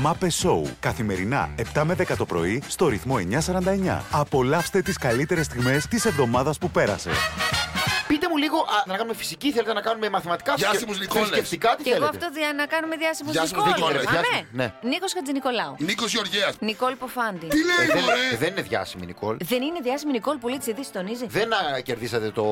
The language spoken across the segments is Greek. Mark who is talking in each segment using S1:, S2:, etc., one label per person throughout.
S1: Μάπε Show. Καθημερινά 7 με 10 το πρωί στο ρυθμό 949. Απολαύστε τις καλύτερες στιγμές της εβδομάδας που πέρασε.
S2: Πείτε μου λίγο, α, να κάνουμε φυσική, θέλετε να κάνουμε μαθηματικά,
S3: Διάσημους Νικόλες.
S2: θρησκευτικά, τι
S4: Και εγώ
S2: θέλετε.
S4: αυτό δια, να κάνουμε διάσημο
S3: Διάσημους
S4: Νικόλ.
S3: Νικόλες,
S2: διάσημους, ναι.
S4: Νίκος Χατζηνικολάου.
S3: Νίκος Γεωργίας.
S4: Νικόλ Ποφάντη.
S3: Τι
S2: Ε,
S3: λέει,
S2: δεν,
S3: μωρέ.
S2: δεν είναι διάσημη, Νικόλ.
S4: Δεν είναι διάσημη Νικόλ που λέει τη ειδήσει τονίζει.
S2: Δεν α, κερδίσατε το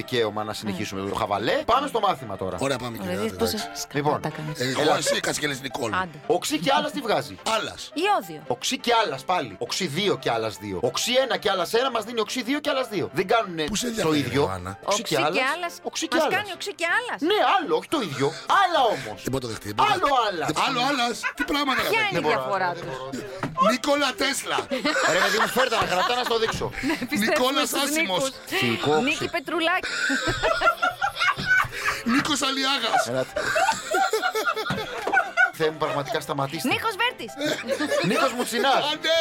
S2: δικαίωμα να συνεχίσουμε το χαβαλέ. Πάμε στο μάθημα τώρα.
S3: Ωραία, πάμε και
S4: Δηλαδή
S3: μετά.
S4: πόσα
S3: εντάξει.
S4: σκατά
S2: Λοιπόν,
S4: τα έκανε.
S3: Εγώ, εσύ, έκατσε και λες Νικόλ.
S4: Άντε.
S2: Οξύ και άλλας τι βγάζει.
S3: Άλλας.
S4: Ιώδιο.
S2: Οξύ και άλλας πάλι. Οξύ 2 και άλλας 2. Οξύ 1 και άλλας 1 μας δίνει οξύ 2 και άλλας 2. Δεν κάνουν
S3: Πού σε
S2: το
S3: ενδιαφέρει,
S2: ίδιο.
S3: Ιωάννα?
S4: Οξύ και άλλα.
S2: Οξύ και
S4: Μα
S2: άλλας.
S4: κάνει οξύ και άλλας.
S2: Ναι, άλλο, όχι το ίδιο. Άλλα όμως.
S3: Δεν μπορώ να Λοιπόν, το δεχτεί.
S2: Άλλο άλλα.
S3: Άλλο άλλας. Τι πράγματα
S2: ναι,
S4: Ποια είναι η
S3: κάνει.
S4: διαφορά του.
S3: Νίκολα Τέσλα.
S2: Ρε, παιδί μου, φέρτα να κρατά να στο δείξω.
S4: Ναι.
S3: Νικόλας Άσημος.
S2: Φιλικό,
S4: Νίκη
S2: ξε-
S4: Πετρουλάκη.
S3: Νίκος Αλιάγας.
S2: Ένα- Θεέ μου, πραγματικά σταματήστε.
S4: Νίκος Βέρτης.
S2: Ναι. Νίκο Μουτσινά.
S3: Άντε!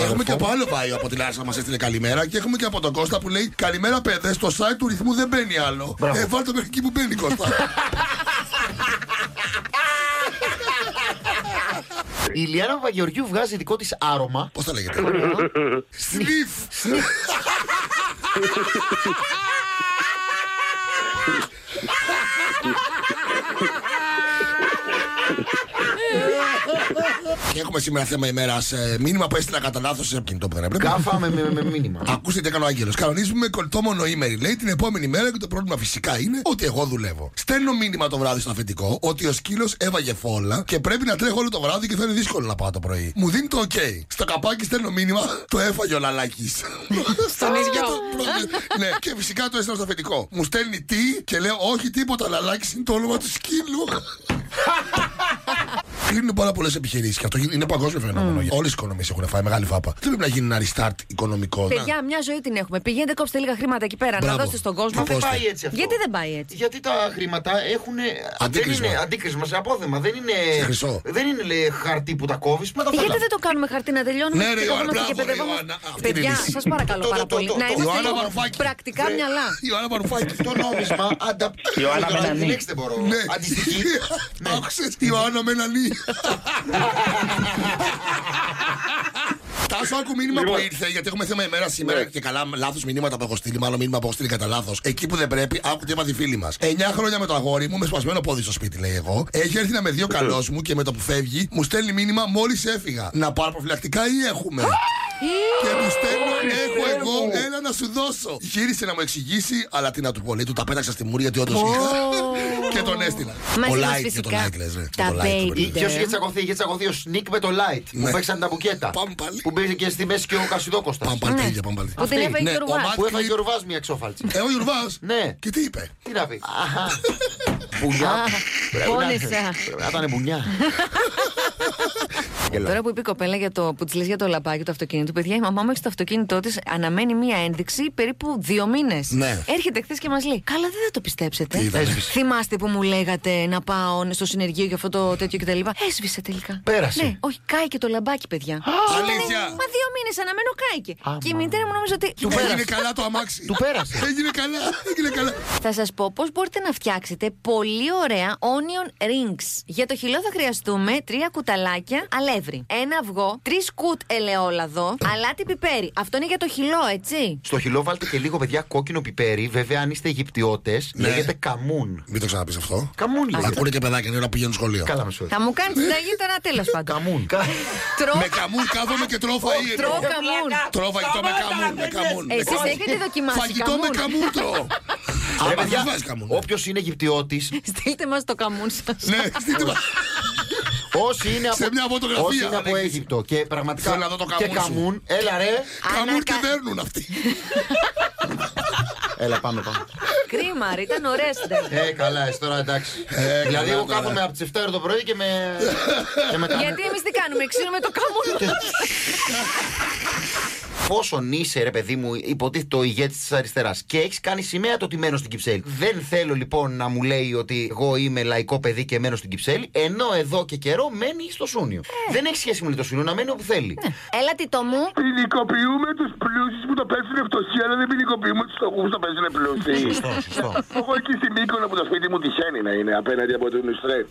S3: Έχουμε και από άλλο βάιο από την Άρσα μας έστειλε καλημέρα και έχουμε και από τον Κώστα που λέει Καλημέρα, παιδε. Στο site του ρυθμού δεν μπαίνει άλλο. Ε, βάλτε μέχρι εκεί που μπαίνει, Κώστα.
S2: Η Ηλιάνα Βαγεωργίου βγάζει δικό της άρωμα.
S3: Πώς τα λέγεται. Σνιφ. Και έχουμε σήμερα θέμα ημέρας. Μήνυμα που έστειλα κατά ε, λάθο σε κινητό που δεν έπρεπε.
S2: Κάφα με, με, με μήνυμα.
S3: Ακούστε τι έκανε ο Άγγελος. Κανονίζουμε κολλητό μονοήμερη. Λέει την επόμενη μέρα και το πρόβλημα φυσικά είναι ότι εγώ δουλεύω. Στέλνω μήνυμα το βράδυ στο αφεντικό ότι ο σκύλος έβαγε φόλα και πρέπει να τρέχω όλο το βράδυ και θα είναι δύσκολο να πάω το πρωί. Μου δίνει το OK. Στο καπάκι στέλνω μήνυμα. Το έφαγε ο λαλάκι. Στον
S4: ίδιο.
S3: Ναι, και φυσικά το έστειλα στο αφεντικό. Μου στέλνει τι και λέω όχι τίποτα. Λαλάκι είναι το όνομα του σκύλου. Κλείνουν πάρα πολλές επιχειρήσεις και αυτό είναι παγκόσμιο φαινόμενο.
S4: Mm.
S3: Όλες οι οικονομίες έχουν φάει μεγάλη φάπα. Δεν πρέπει να γίνει ένα restart οικονομικό. να-
S4: Παιδιά, μια ζωή την έχουμε. Πηγαίνετε, κόψτε λίγα χρήματα εκεί πέρα να
S3: Μπράβο.
S4: δώσετε στον κόσμο.
S3: Μα δεν
S2: πάει έτσι αυτό.
S4: Γιατί δεν πάει έτσι.
S2: Γιατί τα χρήματα έχουν.
S3: Αντίκρισμα.
S2: Δεν είναι αντίκρισμα σε απόθεμα. Δεν είναι.
S3: Σε χρυσό. Ε,
S2: Δεν είναι λέει, χαρτί που τα κόβεις. Μα τα
S4: Ε, Γιατί
S2: φαντά.
S4: δεν το κάνουμε χαρτί να τελειώνουμε
S3: Ναι, ρε,
S4: και
S3: Ιωάννα,
S4: κοβόμαστε και
S3: μπράβο, ρε,
S4: παιδευόμαστε.
S3: Ιωάννα. ε, Αυτή είναι η
S4: Παιδιά,
S3: λύση.
S4: σας παρακαλώ
S2: Το-
S4: πάρα
S2: το-
S4: πολύ.
S2: το-
S4: Να
S2: το-
S4: είμαστε
S3: Ιωάννα
S4: λίγο
S3: Βαρουφάκη.
S4: πρακτικά μυαλά.
S3: Ιωάννα Βαρουφάκη.
S2: Το νόμισμα αντα...
S5: Ιωάννα
S2: Τώρα,
S5: Μπενανή.
S2: τη λέξη Ε, δεν μπορώ.
S3: Ναι.
S2: Αντιστοιχεί.
S3: Άκουσες, Ιωάννα Μενανή. Τάσο, άκου μήνυμα που ήρθε, γιατί έχουμε θέμα ημέρα σήμερα και καλά λάθος μηνύματα που έχω στείλει. Μάλλον μήνυμα που έχω στείλει κατά λάθος. Εκεί που δεν πρέπει, άκου τι είπαν οι φίλοι μας. 9 χρόνια με το αγόρι μου, με σπασμένο πόδι στο σπίτι, λέει εγώ. Έχει έρθει να με δει ο καλός μου και με το που φεύγει, μου στέλνει μήνυμα μόλις έφυγα. Να πάρω προφυλακτικά ή έχουμε. Και μου στέλνω, έχω εγώ, έλα να σου δώσω. Γύρισε να μου εξηγήσει, αλλά τι να του πω, λέει, του τα πέταξα στη μούρη γιατί όντως είχα. Και τον έστειλα.
S4: Μαζί
S3: Ο
S4: μας
S3: light και
S4: φυσικά
S3: το light λες, ναι. ρε.
S4: τα
S3: Το light, το
S4: baby.
S3: παιδί.
S2: Ποιο είχε τσακωθεί, είχε τσακωθεί ο Σνικ με το Light που
S3: Ε, Ναι.
S2: παίξαν τα μπουκέτα.
S3: Πάμε πάλι.
S2: Που μπήκε και στη μέση και ο Κασιδόκοστας.
S3: Πάμε πάλι τέλεια, πάμε πάλι.
S4: Ναι. Που την έφαγε
S3: Ναι,
S4: και ο Ρουβάς.
S3: ο Μάτ-
S2: Που έφαγε ο Ρουβά μια εξόφαλτση.
S3: Ε, ο Γιουρβάς.
S2: Ναι.
S3: Και τι είπε.
S2: Τι να πει. Αχα. Μπουνιά. Πρέπει να-
S4: πόνεσα.
S2: Πρέπει να ήταν μπουνιά.
S4: Τώρα που είπε η κοπέλα για το, που της λες για το λαπάκι του αυτοκίνητου, παιδιά, η μαμά μου έχει στο αυτοκίνητό της αναμένει μία ένδειξη περίπου δύο μήνες.
S3: Ναι.
S4: Έρχεται χθες και μας λέει: Καλά, δεν θα το πιστέψετε. Ε,
S3: Τι ήταν,
S2: Έσβησε.
S4: Θυμάστε που μου λέγατε να πάω στο συνεργείο για αυτό το τέτοιο κτλ. Έσβησε τελικά.
S2: Πέρασε.
S4: Ναι, όχι, κάηκε το λαμπάκι, παιδιά. Και ήταν,
S3: Αλήθεια.
S4: Μα δύο μήνες αναμένω κάηκε.
S2: Άμα.
S4: Και η μητέρα μου νόμιζε ότι.
S3: Έγινε καλά το αμάξι.
S2: Του πέρασε.
S3: Έγινε καλά, έγινε καλά.
S4: Θα σας πω πώς μπορείτε να φτιάξετε πολύ ωραία onion rings. Για το χυλό θα χρειαστούμε τρία κουταλάκια αλεύρι, ένα αυγό, τρεις σκουτ ελαιόλαδο, αλάτι πιπέρι. Αυτό είναι για το χυλό, έτσι.
S2: Στο χυλό βάλτε και λίγο παιδιά κόκκινο πιπέρι. Βέβαια, αν είστε Αιγυπτιώτες,
S3: Ναι.
S2: λέγεται καμούν.
S3: Μην το ξαναπείς αυτό.
S2: Καμούν λέγεται.
S3: Ακούνε και παιδάκια, είναι ώρα που πηγαίνουν σχολείο.
S2: Καλά με σου.
S4: Θα μου κάνεις την ταγή τώρα τέλος πάντων.
S2: Καμούν.
S4: Τρώω
S3: Με καμούν κάθομαι και τρώω φαΐ.
S4: τρώω καμούν.
S3: Τρώω φαγητό με καμούν. Με καμούν.
S4: Εσεί έχετε δοκιμάσει
S3: Φαγητό με καμούν
S4: καμούν.
S3: τρώω. Ε,
S2: Ρε,
S3: Άμα
S2: παιδιά,
S3: δεν βάζεις καμούν.
S2: Όποιος είναι Αιγυπτιώτης,
S4: Στείλτε μας το καμούν σας.
S3: Ναι, στείλτε μας.
S2: όσοι είναι από,
S3: Σε μια φωτογραφία,
S2: όσοι είναι από
S3: Αλέξη.
S2: Αίγυπτο και πραγματικά
S3: Θέλω να δω το
S2: και
S3: καμούν σου.
S2: καμούν, έλα ρε.
S3: Καμούν και
S4: Ανακα-
S3: δέρνουν αυτοί.
S2: Έλα, πάμε πάμε.
S4: Κρίμα, ρε, ήταν ωραίες
S2: Ε, καλά, εσύ τώρα εντάξει.
S3: Ε,
S2: δηλαδή,
S3: καλά,
S2: εγώ
S3: τώρα.
S2: κάθομαι από τις 7 το πρωί και με. και με
S4: Γιατί εμείς τι κάνουμε, ξύνουμε το καμούν.
S2: Πόσον είσαι, ρε παιδί μου, υποτίθεται ο ηγέτη της αριστεράς και έχεις κάνει σημαία το ότι μένω στην Κυψέλη. Δεν θέλω λοιπόν να μου λέει ότι εγώ είμαι λαϊκό παιδί και μένω στην Κυψέλη, ενώ εδώ και καιρό μένει στο Σούνιο.
S3: Ε.
S2: Δεν έχει σχέση με το Σούνιο, να μένει όπου θέλει.
S3: Ναι.
S4: Έλα, τι το μου.
S6: Ποινικοποιούμε τους πλούσιους που τα πέφτουν φτωχοί, αλλά δεν ποινικοποιούμε τους φτωχού που τα πέφτουν πλούσιοι.
S2: Σωστό, σωστό.
S6: Εγώ εκεί στην Μύκονα που το σπίτι μου τυχαίνει να είναι απέναντι από τον Ιστρέτ.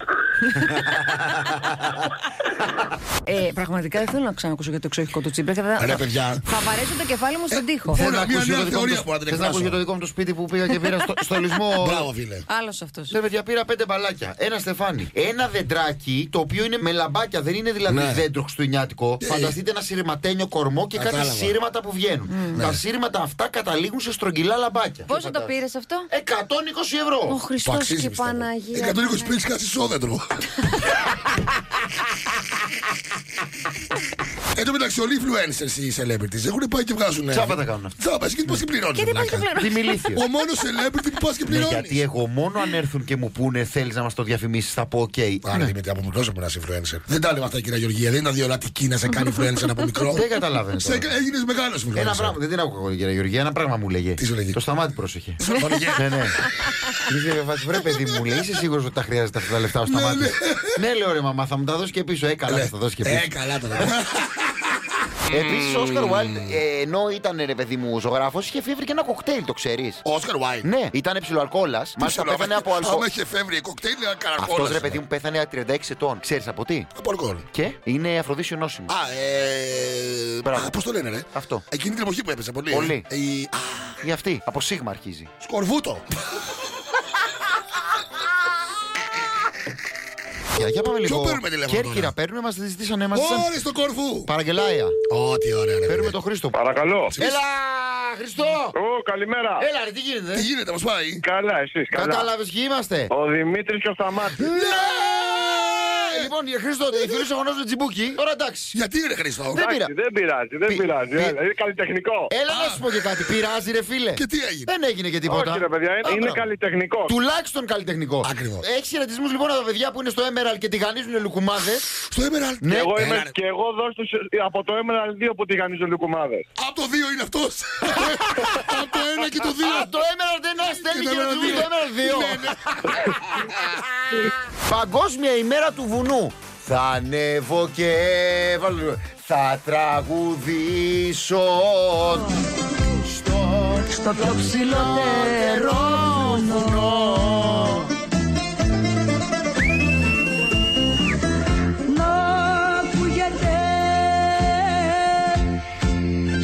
S4: Ε, πραγματικά δεν θέλω να ξανακούσω για το εξοχικό του Τσίπρα. και Θα,
S3: Ρε, παιδιά.
S4: θα βαρέσω το κεφάλι μου στον τοίχο.
S3: θέλω-
S2: Θες να
S3: Μια
S2: ακούσεις
S3: νέα
S2: για το δικό μου
S3: θεωρία
S2: το-
S3: μπορώ να την
S2: θες να
S3: εκφράσω.
S2: ακούσεις για το δικό μου το σπίτι που πήγα και πήρα στο, στο λυσμό.
S3: Μπράβο, φίλε.
S4: Άλλος αυτός.
S2: Ρε παιδιά, πήρα πέντε μπαλάκια. Ένα στεφάνι. Ένα δεντράκι, το οποίο είναι με λαμπάκια, δεν είναι δηλαδή
S3: Ναι.
S2: δέντρο χριστουγεννιάτικο. Φανταστείτε ένα σειρματένιο κορμό και κάτι
S3: Κατάλαβα.
S2: σύρματα που βγαίνουν. Τα σύρματα αυτά καταλήγουν σε στρογγυλά λαμπάκια.
S4: Πόσο το πήρες αυτό,
S2: 120 ευρώ.
S4: Ο
S3: Που
S4: Χριστό
S3: αξίζει.
S4: και η
S3: πιστεύω. Ε,
S4: Παναγία. ε.
S3: 120 πίνει κάτι σόδεντρο. Εν τω μεταξύ, όλοι οι influencers οι celebrities έχουν πάει και βγάζουν.
S2: Τσάπα τα κάνουν αυτά.
S3: Τσάπα, και πώ την πληρώνει.
S4: Και τι πας και πληρώνω.
S2: Δημιλήθιο.
S3: Ο μόνος celebrity που πας και
S2: Ναι,
S3: πληρώνεις.
S2: γιατί εγώ μόνο αν έρθουν και μου πούνε θέλεις να μας το διαφημίσεις, θα πω OK.
S3: Άρα Δημήτρη, από μικρό ήμουν ένας influencer. Δεν τα λέμε αυτά, κυρία Γεωργία. Δεν ήταν διολατική να σε κάνει influencer από μικρό.
S2: Δεν καταλαβαίνω.
S3: Σε
S2: τώρα.
S3: έγινες μεγάλος influencer.
S2: Ένα πράγμα, δεν την άκουγα εγώ, κύριε Γεωργία, ένα πράγμα μου λέγε.
S3: Τι σου λέγε?
S2: Το σταμάτη πρόσεχε.
S3: Στον Γε-
S2: ναι, ναι. Είσαι φάση, βρε παιδί μου, λέει, είσαι σίγουρος ότι τα χρειάζεται αυτά τα λεφτά ο σταμάτης. ναι, λέω ρε μαμά, θα μου τα δώσεις και πίσω. Ε, καλά, θα τα δώσεις και πίσω.
S3: Ε, καλά τώρα.
S2: Επίσης, ο Όσκαρ Wilde, ε, ενώ ήταν ρε παιδί μου ζωγράφος, είχε φύγει και ένα κοκτέιλ, το ξέρεις.
S3: Ο Όσκαρ Βάιν.
S2: Ναι, ήταν ψιλοαλκόλα. Μάλιστα πέθανε από αλκοόλ.
S3: Άμα είχε ναι. φεύγει κοκτέιλ, ήταν καρακόλας.
S2: Αυτός ρε παιδί μου πέθανε 36 ετών. Ξέρεις από τι.
S3: Από αλκοόλ.
S2: Και είναι αφροδίσιο νόσημος.
S3: Α, ε.
S2: Μπράβο.
S3: Πώς το λένε, ρε.
S2: Αυτό.
S3: Εκείνη την εποχή που έπεσε πολύ.
S2: Πολύ.
S3: ε. Η- Α,
S2: Για αυτή, από σίγμα αρχίζει.
S3: Σκορβούτο.
S2: Για, για πάμε
S3: Ποιο
S2: λίγο.
S3: παίρνουμε τηλέφωνο
S2: Κέρκυρα
S3: τώρα?
S2: παίρνουμε, μας τη ζητήσανε, μας
S3: Ωρε στο κορφού.
S2: Παραγγελάια.
S3: Ω, τι ωραία, ρε.
S2: Παίρνουμε
S3: παιδιά.
S2: τον Χρήστο.
S5: Παρακαλώ.
S2: Έλα, Χριστό!
S5: Ω, καλημέρα.
S2: Έλα, ρε, τι γίνεται.
S3: Τι γίνεται, μα πάει.
S5: Καλά, εσείς. Καλά.
S2: Κατάλαβες ποιοι είμαστε.
S5: Ο Δημήτρης και ο Σταμάτης.
S2: Ε, Λοιπόν, για Χρήστο, οι φίλοι σου γνώριζε τσιμπούκι. Τώρα εντάξει.
S3: Ναι! Γιατί ρε Χριστό.
S2: Δεν πειράζει.
S5: Εντάξει, δεν πειράζει, δεν
S2: Πι-
S5: πειράζει.
S2: πι-
S5: Έλα, Είναι καλλιτεχνικό.
S2: Έλα να σου πω και κάτι. Πειράζει, ρε φίλε.
S3: Και τι έγινε.
S2: Δεν έγινε και τίποτα.
S5: Όχι, ρε παιδιά,
S2: Α,
S5: είναι- είναι
S2: μπράβο.
S5: καλλιτεχνικό.
S2: Τουλάχιστον καλλιτεχνικό.
S3: Ακριβώς.
S2: Έχεις χαιρετισμούς λοιπόν από τα παιδιά που είναι στο Emerald και τηγανίζουν λουκουμάδες.
S3: Στο Emerald.
S2: Ναι.
S5: Εγώ
S3: Έλα,
S5: είμαι
S3: ρε.
S5: και εγώ δώσ' τους ε, από το Emerald 2 που τηγανίζουν λουκουμάδες.
S3: Από το 2 είναι αυτός. Από το 1 και το 2.
S2: Α, το Emerald δεν στέλνει
S3: Και το
S2: χαιρετισμού
S3: Emerald
S2: στο Emerald 2. Παγκόσμια ημέρα του βουνού. Θα ανέβω και έβαλω. Θα τραγουδήσω. Στον
S4: Στο πιο ψηλότερο.
S7: να ακούγεται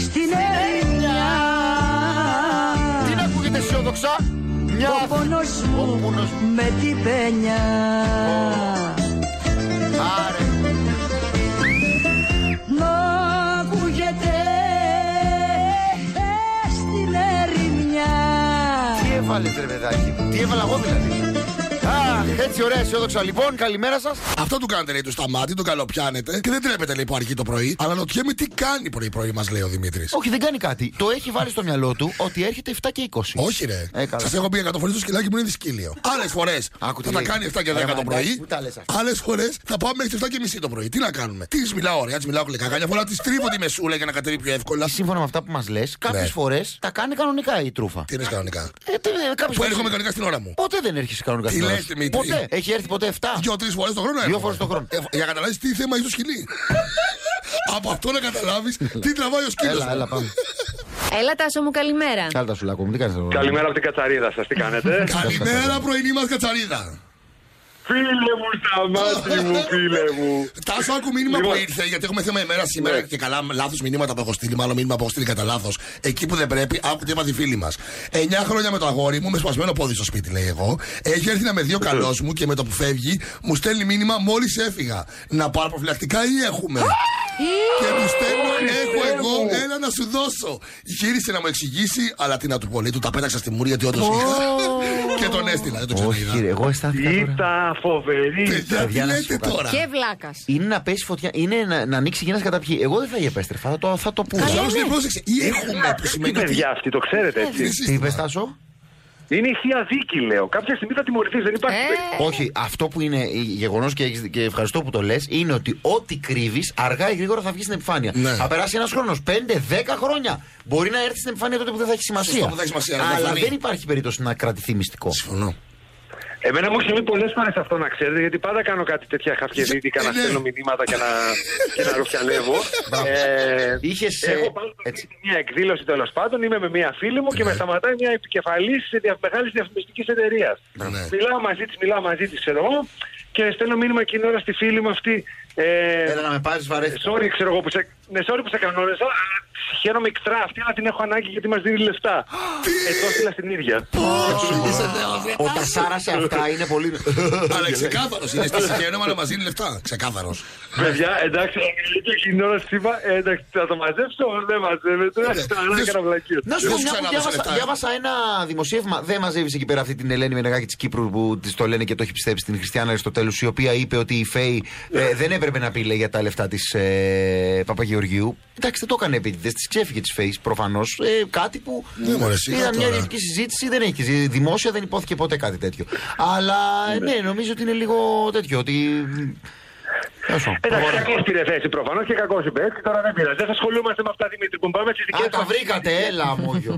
S7: στην Ελληνιά
S2: Τι να ακούγεται αισιόδοξα. Μια
S7: ο πόνος
S2: Ο
S7: μου
S2: πόνος.
S7: με την παινιά
S2: Άρε.
S7: να ακούγεται ε, στην Ερημιά
S2: Τι έβαλες ρε παιδάκι μου, τι έβαλα εγώ δηλαδή. Αχ, έτσι ωραία αισιόδοξα. Λοιπόν, καλημέρα σας.
S3: Αυτό του κάνετε λέει του σταμάτη, τον καλοπιάνετε και δεν τρέπετε λέει που αργεί το πρωί. Αναρωτιέμαι τι κάνει πρωί-πρωί μας λέει ο Δημήτρης.
S2: Όχι, δεν κάνει κάτι. Το έχει βάλει στο μυαλό του ότι έρχεται 7 και 20.
S3: Όχι ρε.
S2: Ε, καλά.
S3: Σας έχω πει 100 φορές το σκυλάκι μου είναι δυσκύλιο. Άλλες φορές
S2: Άκου τι
S3: θα τα
S2: λέει.
S3: κάνει 7 και
S2: Ρε,
S3: 10 το
S2: μα, εντάξει,
S3: πρωί.
S2: πού τα λες αυτά.
S3: Άλλες φορές θα πάμε μέχρι τι 7 και μισή το πρωί. Τι να κάνουμε. Τι της μιλάω ωραία, της μιλάω κλικά. Καμιά φορά της τρίβω τη μεσούλα για να κατέβει πιο εύκολα.
S2: Σύμφωνα με αυτά που μας λες, κάποιες
S3: Ναι.
S2: φορές τα κάνει κανονικά η τρούφα.
S3: Τι είναι κανονικά.
S2: Ε, τε- ε, κάποιες
S3: Που
S2: φορές-
S3: έρχομαι κανονικά στην ώρα μου.
S2: Ποτέ δεν έρχεσαι κανονικά
S3: Τι
S2: στην ώρα
S3: λες,
S2: σου.
S3: Δημήτρη.
S2: Ποτέ. Έχει έρθει ποτέ 7.
S3: Δύο-τρει φορές το χρόνο έρχομαι.
S2: φορές το χρόνο.
S3: Ε, για να καταλάβει τι θέμα έχει το σκυλί. Από αυτό να καταλάβεις τι τραβάει ο σκύλος.
S2: Έλα, έλα, πάμε.
S4: Έλα, Τάσο μου, καλημέρα.
S2: Κάλτα τα σουλάκο μου, τι κάνεις.
S5: Καλημέρα από την κατσαρίδα σας, τι κάνετε.
S3: Καλημέρα πρωινή μας κατσαρίδα.
S5: Φίλε μου, Σταμάτη μου, φίλε μου.
S3: Τάσο, άκου μήνυμα
S5: Λοιπόν.
S3: που ήρθε, γιατί έχουμε θέμα ημέρα σήμερα
S5: Ναι.
S3: και καλά λάθος μηνύματα που έχω στείλει. Μάλλον μήνυμα που έχω στείλει κατά λάθος. Εκεί που δεν πρέπει, άκου τι έμαθη η φίλη μας. 9 χρόνια με το αγόρι μου, με σπασμένο πόδι στο σπίτι, λέει εγώ. Έχει έρθει να με δει ο καλός μου και με το που φεύγει, μου στέλνει μήνυμα μόλις έφυγα. Να πάρω προφυλακτικά ή έχουμε. και μου στέλνω, έχω εγώ, έλα να σου δώσω. Γύρισε να μου εξηγήσει, αλλά τι να του πω, λέει, του τα πέταξα στη μούρη γιατί όντω και τον έστειλα, δεν το
S2: Όχι, ρε,
S3: ξαναείδα.
S2: εγώ αισθάνθηκα. τώρα.
S5: Ήταν φοβερή.
S3: Παιδιά, τι
S2: Παιδιά, να σου
S3: λέτε
S2: πω κάτι.
S3: τώρα.
S4: Και βλάκας.
S2: Είναι να πέσει φωτιά, είναι να, να ανοίξει και να καταπιεί. Εγώ δεν θα επέστρεφα, θα το, θα το πω.
S3: Καλό δεν πρόσεξε. Ή έχουμε που
S5: Τι
S3: σημαίνει ότι
S5: ε, παιδιά αυτή, το ξέρετε
S3: είναι
S5: έτσι.
S2: Τι
S3: σύστημα.
S2: είπες, Τάσο.
S5: Είναι η θεία δίκη, λέω. Κάποια στιγμή θα τιμωρηθείς, δεν υπάρχει.
S4: Ε.
S5: περίπτωση.
S2: Όχι, αυτό που είναι γεγονός και, έχεις- και ευχαριστώ που το λες είναι ότι ό,τι κρύβεις αργά ή γρήγορα θα βγεις στην επιφάνεια.
S3: Ναι.
S2: Θα περάσει ένας χρόνος, 5-10 χρόνια. Μπορεί να έρθει στην επιφάνεια τότε που δεν θα έχει σημασία.
S3: Σωστό, που δεν έχει σημασία, δεν
S2: Αλλά
S3: φανεί.
S2: δεν υπάρχει περίπτωση να κρατηθεί μυστικό.
S3: Συμφωνώ.
S5: Εμένα μου έχει συμβεί πολλές φορές αυτό να ξέρετε, γιατί πάντα κάνω κάτι τέτοια χαφιεδίτικα να
S3: Ναι.
S5: στέλνω μηνύματα και να, και να ρουφιανεύω.
S2: Μπράβο.
S5: Ε,
S2: Είχες, ε,
S5: Εγώ πάντως
S2: έτσι. Ναι.
S5: μια εκδήλωση τέλος πάντων, είμαι με μια φίλη μου και με σταματάει μια επικεφαλής μεγάλης διαφημιστικής εταιρείας.
S3: Ναι.
S5: Μιλάω μαζί της, μιλάω μαζί της, ξέρω εγώ. και στέλνω μήνυμα εκείνη την ώρα στη φίλη μου αυτή. Ε,
S2: Έλα να με πάρεις, βαρέθηκα.
S5: sorry, ξέρω εγώ που σε. Ναι, sorry που σε κανόνισα, αλλά χαίρομαι εκτρά αυτή, αλλά την έχω ανάγκη γιατί μας δίνει λεφτά. Εδώ στείλα στην ίδια.
S2: Ο Τασάρα σε αυτά είναι πολύ.
S3: Αλλά ξεκάθαρος είναι. Στη συγχαίρομαι, αλλά μας δίνει λεφτά. Ξεκάθαρος.
S5: Παιδιά, εντάξει, και εκείνη την ώρα σήμα, ε, εντάξει, θα το μαζέψω, δεν μαζεύεται. Αλλά
S3: δεν
S5: έκανα
S3: σου-
S5: βλακίες.
S2: Να σου
S3: Δεν
S2: πω
S3: σου
S2: μια που
S3: ξανά δώσε
S2: διάβασα,
S3: λεφτά.
S2: διάβασα ένα δημοσίευμα. Δεν μαζεύεις εκεί πέρα αυτή την Ελένη Μενεγάκη της Κύπρου που της το λένε και το έχει πιστέψει την Χριστιανά Αριστοτέλους, η οποία είπε ότι η Φέη
S3: Ναι.
S2: ε, δεν έπρεπε να πει λέει, για τα λεφτά της ε, Παπαγεωργίου. Εντάξει, δεν το έκανε επίτηδες, της ξέφυγε της Φέη προφανώς. Ε, κάτι που
S3: Ναι, μωρέ, σιγά
S2: ήταν μια
S3: τώρα.
S2: ειρηνική συζήτηση, δεν έχει ζει- δημόσια, δεν υπόθηκε ποτέ κάτι τέτοιο. Αλλά ε, ναι, νομίζω ότι είναι λίγο τέτοιο. Ότι... Τέλος πάντων,
S5: Εντάξει,
S2: προχωράμε.
S5: κακό πήρε θέση προφανώς και κακός είπε έτσι. Τώρα δεν πειράζει. Δεν θα ασχολούμαστε με αυτά, Δημήτρη. Που πάμε στις δικές
S2: Α, τα βρήκατε, έλα, μόγιο.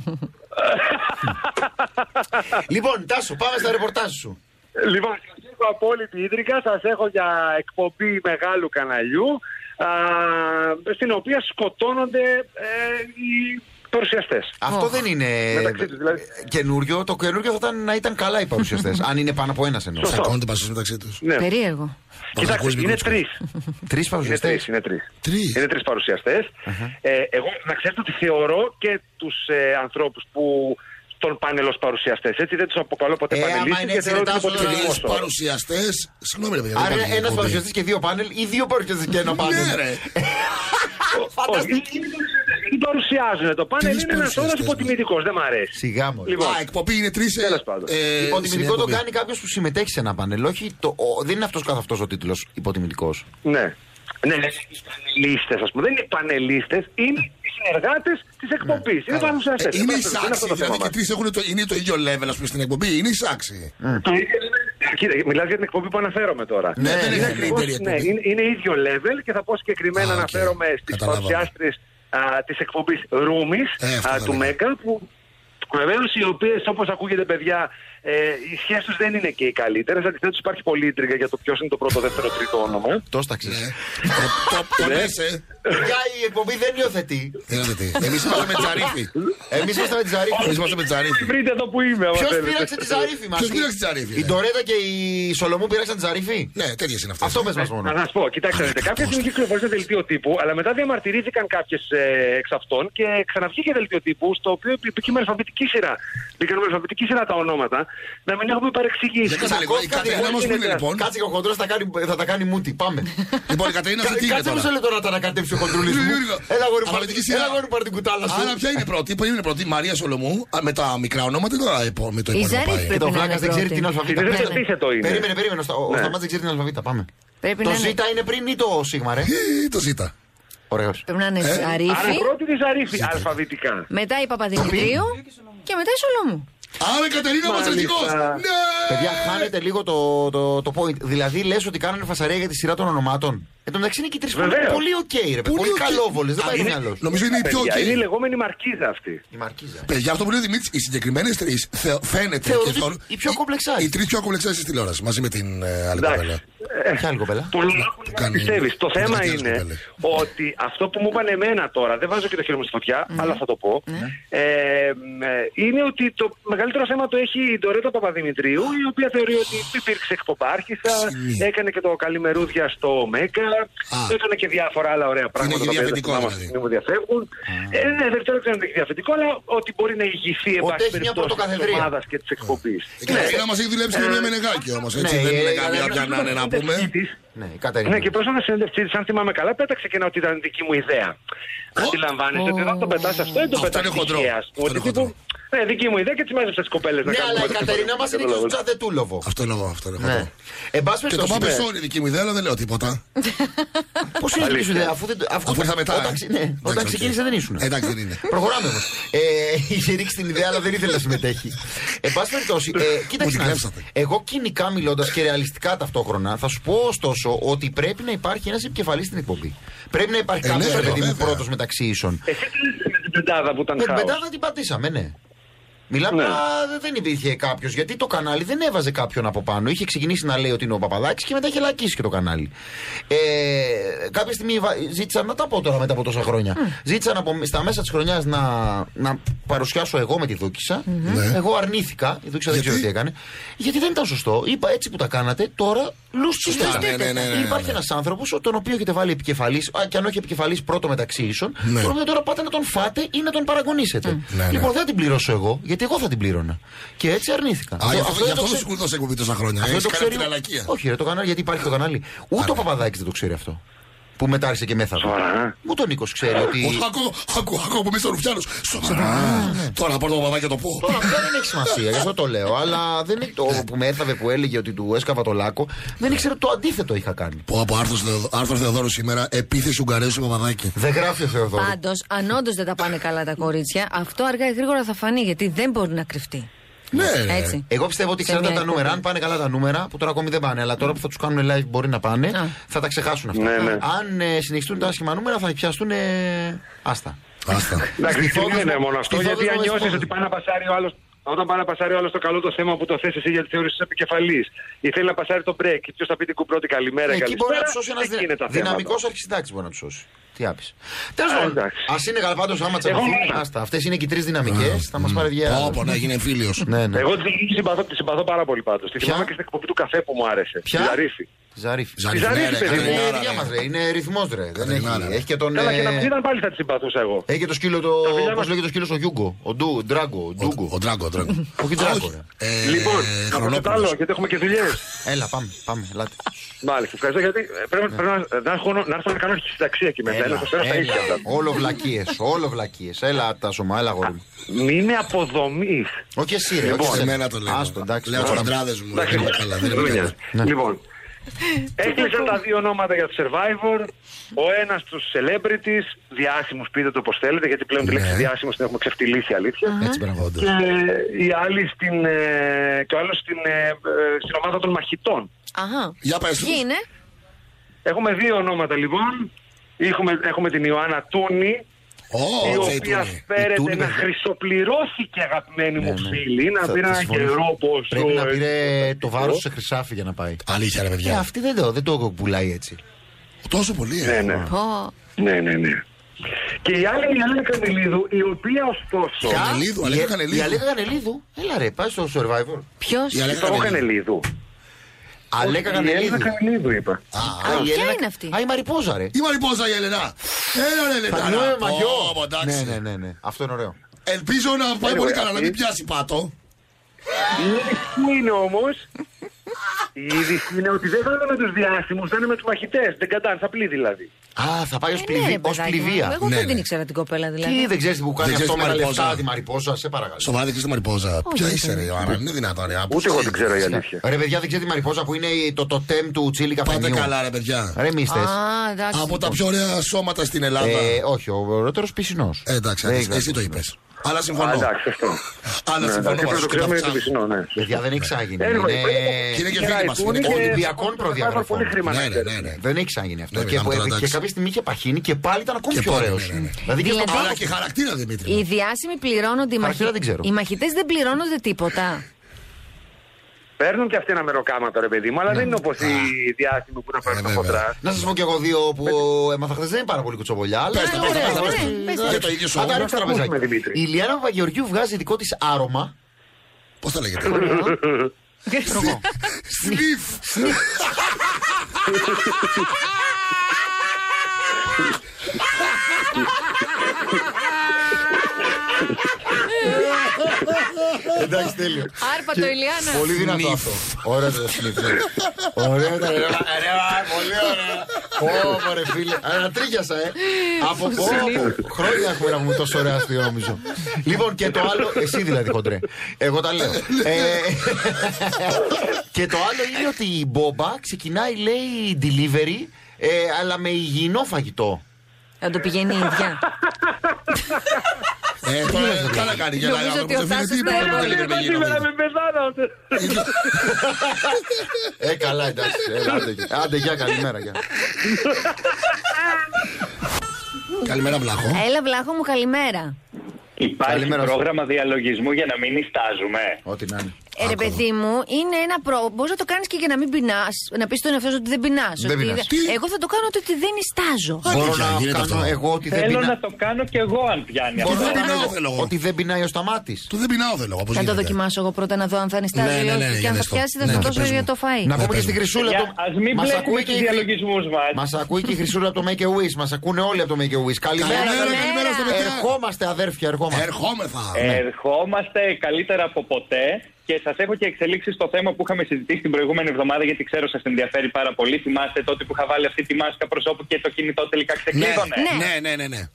S2: λοιπόν, Τάσο, πάμε στα ρεπορτάζ σου.
S5: Λοιπόν, σα έχω απόλυτη ίδρυκα. Σας έχω για εκπομπή μεγάλου καναλιού. Α, στην οποία σκοτώνονται ε, οι παρουσιαστές.
S2: Αυτό δεν είναι
S5: Μεταξύ τους, δηλαδή.
S2: καινούριο. Το καινούριο θα ήταν να ήταν καλά οι παρουσιαστές. αν είναι πάνω από ένας εννοώ.
S5: Σωστό.
S3: Τσακώνονται πασί μεταξύ τους.
S5: Ναι.
S4: Περίεργο.
S5: Κοιτάξτε, είναι τρει.
S2: Τρει
S5: Είναι
S2: παρουσιαστέ.
S5: τρεις. Είναι τρεις.
S3: Τρεις.
S5: Είναι τρεις παρουσιαστές. Ε, εγώ να ξέρετε ότι θεωρώ και τους ε, ανθρώπους που τον πάνελ ως παρουσιαστές. Έτσι δεν τους αποκαλώ ποτέ
S2: Ε, άμα
S5: πανελίστες
S2: είναι
S5: και
S2: έτσι,
S5: θεωρώ
S2: ρε,
S5: ότι είναι
S2: Τάσο,
S5: πολύ
S2: να-
S5: καλός τώρα.
S3: παρουσιαστές. Συγγνώμη, ρε παιδιά. δεν
S2: Άρα
S3: υπάρχει
S2: ένας
S3: εκπομπή.
S2: παρουσιαστής και δύο πάνελ ή δύο παρουσιαστές και ένα πάνελ.
S3: Ναι, ρε.
S5: Όχι,
S2: Φανταστική.
S5: Δεν παρουσιάζουν το πάνελ,
S3: Τρεις
S5: είναι ένας όρος
S3: παρουσιαστές, ναι.
S5: υποτιμητικός, δεν μ' αρέσει.
S2: Σιγά μου.
S5: Λοιπόν.
S3: Α, εκπομπή είναι ε, τρει.
S5: Τέλος πάντων.
S3: Λοιπόν,
S2: Υποτιμητικό Λοιπόν, το κάνει κάποιος που συμμετέχει σε ένα πάνελ. Όχι το, ο- δεν είναι αυτός καθ' αυτός ο τίτλος υποτιμητικός.
S5: Ναι. Ναι, ναι, πανελίστες, ας πούμε. Δεν είναι πανελίστες, είναι οι συνεργάτες της εκπομπής. Είναι παρουσιαστέ.
S3: Είναι η σάξη. Δηλαδή και τρεις έχουν το, είναι το ίδιο level, ας πούμε, στην εκπομπή. Είναι η σάξη.
S5: Κοίτα, μιλάς για την εκπομπή που αναφέρομαι τώρα.
S3: Ναι, δεν
S5: είναι,
S3: είναι
S5: ακριβώς,
S3: καλύτερη
S5: ναι,
S3: εκπομπή.
S5: είναι, είναι ίδιο level και θα πω συγκεκριμένα
S3: Α, οκ.
S5: αναφέρομαι στις
S3: Καταλάβαμε.
S5: παρουσιάστρες α, της εκπομπής Ρούμης
S3: Ε, αυτό
S5: α,
S3: θα
S5: του
S3: λέγαμε.
S5: Μέγκα που βεβαίως οι οποίες όπως ακούγεται παιδιά ε, οι σχέσεις τους δεν είναι και οι καλύτερες αντιθέτως υπάρχει πολλή ίντριγκα για το ποιος είναι το πρώτο, δεύτερο, τρίτο όνομα
S2: Το
S3: Ναι.
S2: στάξε.
S3: Το ε. πέσε.
S2: Γεια, η εκπομπή δεν υιοθετεί.
S3: Εμείς είμαστε με τσαρίφη.
S2: Εμείς είμαστε με τη
S3: Εμεί
S2: Ζαρίφη.
S3: είμαστε με τσαρίφη.
S5: Βρείτε εδώ που είμαι άμα
S2: Ποιος
S5: θέλετε.
S2: πήραξε τη Ζαρίφη μας.
S3: Ποιος πήραξε τη Ζαρίφη,
S2: Η
S3: ε?
S2: Ντορέτα και η Σολομού πήραξαν τη Ζαρίφη.
S3: Ναι, τέτοιες είναι αυτές.
S2: Αυτό πες μας μόνο.
S5: Να σας πω, κοιτάξτε, δείτε, κάποια στιγμή κυκλοφορήσε δελτίο τύπου, αλλά μετά διαμαρτυρήθηκαν κάποιες εξ αυτών και ξαναβγήκε δελτίο τύπου, στο οποίο υπήρχε με αλφαβητική σειρά. Μπήκαν με αλφαβητική σειρά τα ονόματα, να μην έχουμε παρεξηγήσει.
S3: Για κάτσε λίγο. Η
S2: Τσακώθηκα,
S3: Κατερίνα μα που είναι λοιπόν.
S2: Κάτσε και ο χοντρός θα, κάνει- θα τα κάνει μούτι. Πάμε.
S3: Λοιπόν, η Κατερίνα
S2: Κα-
S3: αυτή τι είναι
S2: Κάτσε μισό
S3: τώρα.
S2: λεπτό να τα ανακατέψει ο χοντρούλης.
S3: Λίγο.
S2: Έλα γόρι μου, πάρ'
S3: Αλφαβητική
S2: την-
S3: σειρά.
S2: έλα, γόρι μου, πάρ' την κουτάλα σου.
S3: Άρα ποια είναι πρώτη, ποια είναι πρώτη, Μαρία Σολομού, α, με τα μικρά ονόματα ή τώρα υπο- με Ε, το
S4: Η
S3: υπόλοιπο
S4: Ζαρίφη
S3: πάει.
S2: Και
S4: πρέπει
S2: το
S4: να είναι
S2: βλάκας δεν ξέρει
S4: πρώτη.
S2: την αλφαβήτα.
S5: Είναι
S4: Ναι, ναι.
S5: σαφής το είναι.
S2: Περίμενε, περίμενε. ο Στα- Ο
S5: Ναι.
S2: Σταμάτ δεν ξέρει την αλφαβήτα. Πάμε.
S4: Πρέπει
S2: Το
S4: να είναι-
S2: ζήτα είναι πριν ή το σίγμα, ρε.
S3: Ή Ε, Το ζήτα.
S2: Ωραίος.
S4: Πρέπει να είναι
S5: Άρα
S4: Σαρίφη,
S5: πρώτη τη Ζαρίφη, αλφαβητικά.
S4: μετά η Παπαδημητρίου και μετά η Σολομού.
S3: Άρα η Κατερίνα
S5: Μάλιστα.
S3: Ματσαλικό. Ναι!
S2: Παιδιά, χάνετε λίγο το, το, το point. Δηλαδή, λες ότι κάνανε φασαρία για τη σειρά των ονομάτων. Εν τω μεταξύ είναι και τρεις
S5: Βεβαίως.
S2: πολύ οκ, ρε. παιδιά.
S3: Πολύ
S2: Πολύ
S3: οκ.
S2: καλόβολες. Δεν
S3: Α,
S2: πάει το
S3: είναι-
S2: μυαλός σου.
S3: Νομίζω είναι η πιο
S5: Παιδιά, είναι η
S3: οκ.
S5: λεγόμενη μαρκίζα αυτή.
S2: Η Μαρκίζα.
S3: Παιδιά, αυτό που λέει ο Δημήτρης, οι συγκεκριμένες τρεις φαίνεται
S2: Θεωρώ
S3: και
S2: ότι
S3: θεωρώ-
S2: οι πιο
S3: οι-
S2: κομπλεξάριες.
S3: Οι τρεις πιο κομπλεξάριε της τηλεόρασης μαζί με την ε, άλλη κοπέλα.
S5: Εντάξει. Ε,
S2: Ποια άλλη κοπέλα.
S5: Το
S3: που
S5: λάθο
S3: κάνει-
S5: πιστεύει. Το
S3: που
S5: θέμα
S3: κάνει άλλες
S5: είναι
S3: κοπέλες.
S5: ότι αυτό που μου είπαν εμένα τώρα, δεν βάζω και το χέρι μου στη φωτιά, αλλά θα το πω, ε, ε, είναι ότι το μεγαλύτερο θέμα το έχει η Ντορέτα Παπαδημητρίου, η οποία θεωρεί ότι υπήρξε εκπομπάρχησα,
S3: Ξυλία.
S5: έκανε και το Καλημερούδια στο Ωμέκα, έκανε και διάφορα άλλα ωραία πράγματα.
S3: και
S5: τα οποία δεν
S3: διαφετικό,
S5: θυμάμαι
S3: δηλαδή.
S5: αυτή τη στιγμή που διαφεύγουν. Ε, ναι, δεν ξέρω αν έχει διαφετικό, αλλά ότι μπορεί να ηγηθεί εν
S2: Ότι
S5: πάση
S2: έχει μια
S5: περιπτώσει της
S2: πρωτοκαθεδρία.
S5: ομάδας και της εκπομπή.
S3: Η Κατερίνα μα έχει δουλέψει και μια μενεγάκι όμως, έτσι.
S2: Ε, ναι,
S3: Δεν
S2: ε,
S3: είναι
S2: ε,
S3: καμία
S2: ε,
S3: πια Ε, να είναι να πούμε.
S2: Ναι, η Κατερίνα.
S5: Ναι, και πρόσφατα στην συνέντευξή της, αν θυμάμαι καλά, πέταξε και ένα ότι ήταν δική μου ιδέα. Αντιλαμβάνεστε ότι δεν το πετάς αυτό, δεν το
S3: Αυτό
S5: πετάς
S3: είναι χοντρό.
S5: τυχαία. ας πούμε.
S3: Αυτό είναι
S5: Ότι τύπου, Ναι, δική μου ιδέα και τις μάζεψες τις κοπέλες να
S2: Ναι,
S5: κάνουμε.
S2: αλλά η
S5: τέτοιο
S2: Κατερίνα
S5: πράγμα,
S2: μας είναι
S5: δεν
S2: και
S5: το
S2: στο
S5: λέω.
S2: Τζαδετούλοβο.
S3: Αυτό είναι εγώ, αυτό είναι εγώ.
S2: Ναι. Εν πάση
S3: Και το
S2: περιπτώσει. ναι.
S3: πάμε sorry δική μου ιδέα, αλλά δεν λέω τίποτα.
S2: Πώς είναι η σου, αφού δεν. το-
S3: Αφού ήρθα μετά.
S2: Όταν,
S3: ε.
S2: ξε- ναι,
S3: Εντάξει,
S2: όταν
S3: οκ. Ε,
S2: ξεκίνησε δεν ήσουν.
S3: Εντάξει, δεν είναι.
S2: Προχωράμε όμως. Ε, είχε ρίξει την ιδέα, αλλά δεν ήθελε να συμμετέχει. Εν πάση περιπτώσει, ε,
S3: Μου
S2: κοίταξε
S3: την
S2: να δεις.
S3: κλέψατε.
S2: Εγώ κοινικά μιλώντας και ρεαλιστικά ταυτόχρονα, θα σου πω ωστόσο ότι πρέπει να υπάρχει ένας επικεφαλής στην εκπομπή. Πρέπει να υπάρχει
S3: Ε,
S2: κάποιο,
S3: ναι,
S2: ρε παιδί μου,
S3: βέβαια.
S2: πρώτος μεταξύ ίσων.
S5: Εσύ τι λες με την πεντάδα που ήταν
S2: Με την
S5: χάος.
S2: πεντάδα την πατήσαμε, ναι. Μιλάμε
S5: Ναι.
S2: τώρα, δε- δεν υπήρχε κάποιος. Γιατί το κανάλι δεν έβαζε κάποιον από πάνω. Είχε ξεκινήσει να λέει ότι είναι ο Παπαδάκης και μετά είχε λακίσει και το κανάλι. Ε, κάποια στιγμή βα- ζήτησαν, να τα πω τώρα μετά από τόσα χρόνια. Ζήτησαν από, στα μέσα της χρονιάς να, να παρουσιάσω εγώ με τη δουκησα
S3: Ναι.
S2: Εγώ αρνήθηκα. Η Δούκησα δεν ξέρω
S3: Γιατί?
S2: τι έκανε. Γιατί δεν ήταν σωστό. Είπα έτσι που τα κάνατε, τώρα Λουστιστέ.
S3: Ναι, ναι, ναι, ναι, ναι, ναι.
S2: Υπάρχει ένας άνθρωπος, τον οποίο έχετε βάλει επικεφαλής, και αν όχι επικεφαλής πρώτο μεταξύ ίσων,
S3: Ναι.
S2: τον οποίο τώρα πάτε να τον φάτε ή να τον παραγωνίσετε.
S3: Ναι, ναι.
S2: Λοιπόν, δεν θα την πληρώσω εγώ, γιατί εγώ θα την πλήρωνα. Και έτσι αρνήθηκα.
S3: Α, γι' αυτό, γι
S2: δεν το
S3: αυτό δεν
S2: ξέ-
S3: σου κουρδώσε εκπομπή τόσα χρόνια.
S2: αυτό
S3: Έχει
S2: δεν το
S3: κάνει
S2: ξέρει.
S3: την ναι. αλακία.
S2: Όχι, ρε, το κανάλι, γιατί υπάρχει το κανάλι. Ούτε ο Παπαδάκης δεν το ξέρει αυτό. Που μετάρισε και μέθαρο.
S5: Σοβαρά. ε.
S2: Ούτε ο Νίκος ξέρει ότι. ναι.
S3: Όχι, Ακούω, ακούω, ακούω από μέσα ο Ρουφιάνος. Σοβαρά. Τώρα πάρω το παπαδάκι και το πω.
S2: Τώρα αυτό δεν έχει σημασία, γι' αυτό το λέω. Αλλά δεν είναι το
S3: Ναι.
S2: που με έθαβε που έλεγε ότι του έσκαβα το λάκκο. Δεν ήξερε το αντίθετο είχα κάνει.
S3: Πω από Άρθρο Θεοδο- Άρθρο Θεοδόρου σήμερα, επίθεση Ουγγαρέου στο παπαδάκι.
S2: Δεν γράφει ο Θεοδόρου.
S4: Πάντως, αν όντως δεν τα πάνε καλά τα κορίτσια, αυτό αργά ή γρήγορα θα φανεί γιατί δεν μπορεί να κρυφτεί.
S3: Ναι,
S4: Έτσι.
S2: Εγώ πιστεύω ότι
S4: Σε
S2: ξέρετε
S4: μια
S2: τα νούμερα.
S4: εκπομπή.
S2: Αν πάνε καλά τα νούμερα, που τώρα ακόμη δεν πάνε, αλλά τώρα που θα τους κάνουν live μπορεί να πάνε,
S4: Α.
S2: θα τα ξεχάσουν αυτά.
S5: Ναι, ναι.
S2: Αν ε, συνεχιστούν τα άσχημα νούμερα, θα πιαστούν. Ε, άστα.
S3: Άστα.
S5: Εντάξει,
S2: Στη
S5: δεν
S2: Θόδος
S5: είναι
S2: μου-
S5: μόνο
S2: στη
S5: αυτό,
S2: Θόδος
S5: γιατί αν
S2: μου
S5: νιώσει
S2: εσπόδου.
S5: ότι πάει να πασάρει ο άλλος. Όταν πάει να πασάρει ο άλλος το καλό το θέμα που το θέσει εσύ γιατί θεωρείς επικεφαλής ή θέλει να πασάρει το break, ποιος θα πει την κουπρότη καλημέρα,
S2: Εκεί μπορεί
S5: καλησπέρα.
S2: να τους σώσει
S5: εκεί είναι τα
S2: ένα
S5: θέματα.
S2: δυναμικός αρχισυντάκτης. Μπορεί να τους σώσει. Τι άπει. Τέλος
S5: Α,
S2: πάντων,
S5: εντάξει.
S2: ας είναι καλά πάντως άμα
S5: Εγώ
S2: τσακωθούν.
S5: ναι.
S2: Άστα. Αυτές είναι και οι τρεις δυναμικές. Θα μας πάρει
S3: Πω,
S2: διάρκεια.
S3: πω, να γίνει φίλιος.
S2: Ναι, ναι.
S5: Εγώ τη συμπαθώ, τη συμπαθώ πάρα πολύ πάντως. Τη
S2: Ποια?
S5: θυμάμαι και στην εκπομπή του καφέ που μου άρεσε.
S2: Ποια?
S5: Τη Ζαρίφη.
S2: Ζαρίφη. Ε,
S5: Ζαρίφη,
S2: Είναι
S5: παιδί μου.
S2: η
S5: Κατερινάρα,
S2: ίδια μας, ρε. Είναι ρυθμός, ρε. Δεν
S3: Κατερινάρα,
S2: έχει.
S3: ρε.
S2: Έχει και τον.
S5: Καλά,
S2: ε,
S5: και να μην ήταν πάλι θα τη συμπαθούσα εγώ.
S2: Έχει και το σκύλο το.
S5: φιλιά
S2: Πώς
S5: μας.
S2: λέγεται το σκύλο στο Γιούγκο. Ο Ντου, ο Ντράγκο. ο Ντούγκο.
S3: Ο Ντράγκο, ο Ντράγκο.
S2: Όχι Ντράγκο, ρε.
S3: Ε,
S5: Λοιπόν, από το
S3: Χρονόπουλος.
S5: άλλο, γιατί έχουμε και δουλειές.
S2: Έλα, πάμε, πάμε, ελάτε.
S5: Μάλιστα, ευχαριστώ γιατί ε,
S3: Ναι.
S5: πρέπει, πρέπει να, να, έχω- να έρθω να κάνω και συνταξία εκεί μέσα. Ένα σωστό θα
S2: έλα.
S5: ίσια αυτά.
S2: Όλο βλακίες, όλο βλακίες. Έλα, τα σωμά, έλα, γόρι μου.
S5: Μην είναι αποδομή.
S2: Όχι εσύ, ρε.
S5: Λοιπόν,
S2: όχι εσένα.
S3: Εμένα το λέω.
S2: Άστο, εντάξει.
S3: Λέω
S2: τώρα.
S3: του αντράδες μου.
S5: Εντάξει,
S3: λέω, καλά, δεν είμαι
S5: Δούνια.
S3: καλά. Ναι.
S5: Λοιπόν, έκλεισαν τα δύο ονόματα για το Survivor. Ο ένας του celebrities, διάσημου, πείτε το όπω θέλετε, γιατί πλέον τη λέξη
S3: Ναι.
S5: διάσημος την έχουμε ξεφτυλίσει αλήθεια.
S3: Έτσι, μπράβο, όντως.
S5: Και η άλλη στην, ε, και ο άλλος στην, ε, ε, στην ομάδα των μαχητών.
S4: Αχα.
S3: Για πες τους.
S4: Ποιοι είναι?
S5: Έχουμε δύο ονόματα λοιπόν. Έχουμε, έχουμε την Ιωάννα Τούνη, η
S3: Ω, ο
S5: οποία
S3: Τζέιτουνι.
S5: φέρεται
S2: Τούνη,
S5: να
S2: βέβαια.
S5: χρυσοπληρώθηκε, αγαπημένοι μου
S2: Ναι, ναι.
S5: φίλοι, να
S2: Θα
S5: πήρε ένα
S2: συμφωνήσω.
S5: καιρό ε, ποσό.
S2: Πρέπει να
S5: έτσι,
S2: πήρε το
S5: εξωτερικό.
S2: βάρος σε χρυσάφι για να πάει.
S3: Αλήθεια, ρε
S2: Ε,
S3: παιδιά.
S2: αυτή δεν το, δεν το πουλάει έτσι.
S3: Τόσο πολύ,
S5: Ναι,
S3: ε.
S5: ναι.
S4: Πω.
S5: Ναι, ναι, ναι. Και η άλλη είναι η Ελένη Κανελίδου, η οποία ωστόσο.
S3: Ποια? Κανελίδου,
S2: Η-
S3: Αλέκα Κανελίδου.
S2: Η Αλέκα Κανελίδου. Έλα, ρε, πάει στο survivor.
S4: Ποιος.
S3: Η Αλέκα
S5: Πάω
S3: Κανελίδου.
S5: Κανελίδου.
S2: Αλέκα
S5: Η Ελένη
S2: Κανελίδου.
S5: Κανελίδου είπα.
S3: Α,
S2: Α, η
S4: Ποια
S2: Ελένα-
S4: είναι αυτή?
S2: Α, η Μαριπόζα, ρε.
S3: Η Μαριπόζα η Ελένα. Έλα ρε Ελένα.
S2: Πανιό με
S3: Ε, Ω, πω,
S2: μαγιό.
S3: εντάξει.
S2: Ναι, ναι, ναι, ναι. Αυτό είναι ωραίο.
S3: Ελπίζω να πάει
S5: Ναι,
S3: πολύ
S5: ρε,
S3: καλά, να μην
S5: αυτή.
S3: πιάσει πάτο.
S5: Η είδηση είναι όμω. Η είδηση είναι ότι δεν θα είναι με τους διάσημους, θα είναι με τους μαχητές. Δεν κατάνε, θα πλή δηλαδή.
S2: Α, θα πάει ω
S4: Ε, ναι, ρε, παιδάκι μου.
S2: πληβία.
S4: Εγώ
S3: Ναι,
S4: δεν
S3: ναι.
S4: την ήξερα την κοπέλα
S2: Τι
S4: δηλαδή.
S2: δεν ξέρεις που κάνει
S3: Δεν
S2: αυτό
S3: ξέρεις
S2: με
S3: τη
S2: τα
S3: Μαριπόζα.
S2: λεπτά τη Μαριπόζα, σε παρακαλώ.
S3: Σοβαρά δεν ξέρει τη Μαριπόζα. Ποια είσαι, ρε Ιωάννα, είναι δυνατόν, ρε.
S5: Ούτε εγώ δεν ξέρω η αλήθεια.
S2: Ρε παιδιά, δεν ξέρει τη Μαριπόζα που είναι η- το τοτέμ του τσίλι
S3: Πάτε
S2: καφενείου.
S3: καλά, ρε παιδιά.
S2: Ρε μίστες.
S4: Α, εντάξει.
S3: Από τα πιο ωραία σώματα στην
S2: Ε,
S3: Ελλάδα.
S2: όχι, ο ωραιότερος πισινός.
S3: Ε, Εντάξει,
S2: Δεν
S3: άντρες,
S2: ήξερα
S3: εσύ το είπες. Αλλά
S5: Α,
S3: συμφωνώ.
S5: εντάξει, αυτό.
S3: Αλλά
S5: Ναι,
S3: συμφωνώ
S5: εντάξει,
S3: μαζί
S5: πρέπει να
S3: σου
S5: το
S3: και τα
S5: ξέρουμε για την
S3: ψάχνω.
S5: πισινό, ναι.
S2: Παιδιά, δεν έχει ξαναγίνει.
S5: Anyway,
S2: Είναι-
S5: πρέπει-
S3: Είναι και
S5: Κεράει
S3: φίλοι μας,
S5: Τούνη
S3: είναι
S5: και-
S2: Ολυμπιακών
S5: Survivor
S2: προδιαγραφών.
S5: Πολύ χρήμα να
S3: Ναι, ναι,
S5: ξέρεις.
S3: ναι,
S4: Ε,
S3: ναι.
S2: Δεν έχει ξαναγίνει αυτό.
S3: Ναι,
S2: και,
S3: μιλάμε
S2: που-
S3: τώρα,
S2: και
S3: εντάξει.
S2: κάποια στιγμή είχε παχύνει και πάλι ήταν ακόμη
S3: Και
S2: πιο
S3: πάλι,
S2: ωραίος.
S3: ναι, ναι, ναι.
S2: Δηλαδή και στο
S4: Δηλαδή-
S2: μάτι-
S3: Αλλά και χαρακτήρα
S4: Οι
S3: Δημήτρη.
S4: διάσημοι πληρώνονται. οι
S2: Χαρακτήρα
S4: μαχη-
S2: δεν ξέρω.
S4: Οι μαχητές δεν πληρώνονται τίποτα.
S5: Παίρνουν και αυτοί ένα μεροκάματο, ρε παιδί μου, αλλά δεν είναι όπως οι διάσημοι που να παίρνουν
S3: Ναι, βέβαια.
S5: χοντρά.
S2: Να σας πω κι εγώ δύο που έμαθα χθες. Δεν είναι πάρα πολύ κουτσοβολιά, αλλά.
S3: Πες τα, πες τα,
S4: ωραία,
S3: πες τα, πες
S4: ωραία,
S3: τα.
S4: πες
S3: Και το ίδιο σου
S2: Αν τα ρίξω
S5: τα
S2: τραπεζάκι.
S5: ακούσουμε, Δημήτρη.
S2: Η Ιλιάνα Παπαγεωργίου βγάζει δικό της άρωμα.
S3: Πώς θα λέγεται. Σνιφ.
S2: Εντάξει, τέλειο.
S4: Άρπα το Ηλιάνα.
S2: Πολύ δυνατό αυτό. Ωραίο το σνιφ. ναι.
S3: Ε,
S2: Ωραίο ήταν. ρε, ρε, ρε, Πολύ ωραίο. Ω, ρε φίλε. Ανατρίχιασα, ε. Από πω, πω, χρόνια έχουμε να πούμε τόσο ωραίο αστείο, νομίζω. Λοιπόν, και το άλλο. Εσύ δηλαδή, κοντρέ. Εγώ τα λέω. Ε, Και το άλλο είναι ότι η μπόμπα ξεκινάει, λέει, delivery, ε, αλλά με υγιεινό φαγητό.
S4: Να το πηγαίνει η ίδια.
S3: Ε, τώρα καλά κάνει. Γελάει ο
S4: Νομίζω ότι
S3: άνθρωπος,
S4: ο
S3: δεν φαίνεται
S4: Θάσος
S3: τίποτα,
S4: τα
S3: δεν
S4: έβαλε.
S3: λέει,
S5: Μα
S3: δεν
S5: σήμερα
S3: γίνεται.
S5: με πεθάνατε.
S2: Ε, καλά, εντάξει. Έλα, άντε, γεια. άντε, γεια, καλημέρα. Γεια.
S3: Καλημέρα, Βλάχο.
S4: Έλα, βλάχο μου, καλημέρα.
S8: Υπάρχει
S2: Καλημέρα σας.
S8: πρόγραμμα διαλογισμού για να μην ιστάζουμε.
S2: Ό,τι να είναι.
S4: Ε, ρε παιδί μου, είναι ένα προ. Μπορείς να το κάνεις και για να μην πεινάς. Να πεις στον εαυτό σου ότι δεν πεινάς.
S2: Δεν πεινάς.
S4: Εγώ θα το κάνω ότι ότι δεν νιστάζω.
S2: Μπορώ
S3: Αλήθεια,
S2: να
S3: γίνεται
S2: Ε, κάνω
S3: αυτό.
S2: εγώ ότι δεν
S8: Θέλω
S2: πεινά-
S8: να το κάνω κι εγώ αν πιάνει
S2: Μπορώ
S8: αυτό.
S2: να
S3: δεν
S2: κάνω
S3: πεινάω,
S2: εγώ
S3: θέλω εγώ.
S2: Ότι δεν πεινάει ο σταμάτης.
S3: Του δεν πεινάω θέλω εγώ. πώς
S4: Θα το
S3: γίνεται.
S4: δοκιμάσω εγώ πρώτα να δω αν θα
S3: Ναι,
S4: νιστάζει ή
S3: ναι, ναι,
S4: όχι. Και
S3: για
S4: αν θα
S3: δες το.
S4: πιάσει,
S3: Ναι,
S4: θα σου
S3: και
S4: δώσω
S3: πες
S4: για
S3: μου.
S4: το φαΐ.
S2: Να πούμε και
S3: πες
S2: στη
S3: μου.
S2: Χρυσούλα.
S8: Για-
S2: το-
S8: ας μην
S2: μας
S8: μπλέκουμε
S2: ακούει
S8: τους
S2: και η-
S8: διαλογισμούς μας.
S2: Μας ακούει και η Χρυσούλα από το Make a Wish. Μας ακούνε όλοι από το Make a Wish. Καλημέρα.
S3: Καλημέρα,
S4: Ναι,
S2: καλημέρα.
S3: καλημέρα στο παιδιά.
S2: Ερχόμαστε, αδέρφια, ερχόμαστε.
S3: Ερχόμεθα.
S8: Ε,
S2: Ναι.
S8: Ερχόμαστε καλύτερα από ποτέ και σας έχω και εξελίξεις στο θέμα που είχαμε συζητήσει την προηγούμενη εβδομάδα, γιατί ξέρω σας ενδιαφέρει πάρα πολύ. Θυμάστε τότε που είχα βάλει αυτή τη μάσκα προσώπου και το κινητό τελικά ξεκλείδωνε.
S3: Ναι, ναι, ναι, ναι.
S2: Α,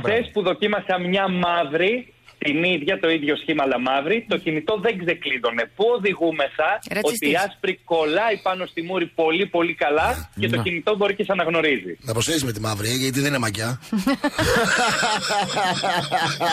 S2: μπράβο.
S8: Χθες που δοκίμασα μια μαύρη, την ίδια το ίδιο σχήμα αλλά μαύρη, το κινητό δεν ξεκλείδωνε. Πού οδηγούμεθα
S4: Ρατσιστής.
S8: ότι η άσπρη κολλάει πάνω στη μούρη πολύ πολύ καλά και το κινητό μπορεί και σε αναγνωρίζει.
S3: Να προσέχεις με τη μαύρη, ε, γιατί δεν είναι μακιά.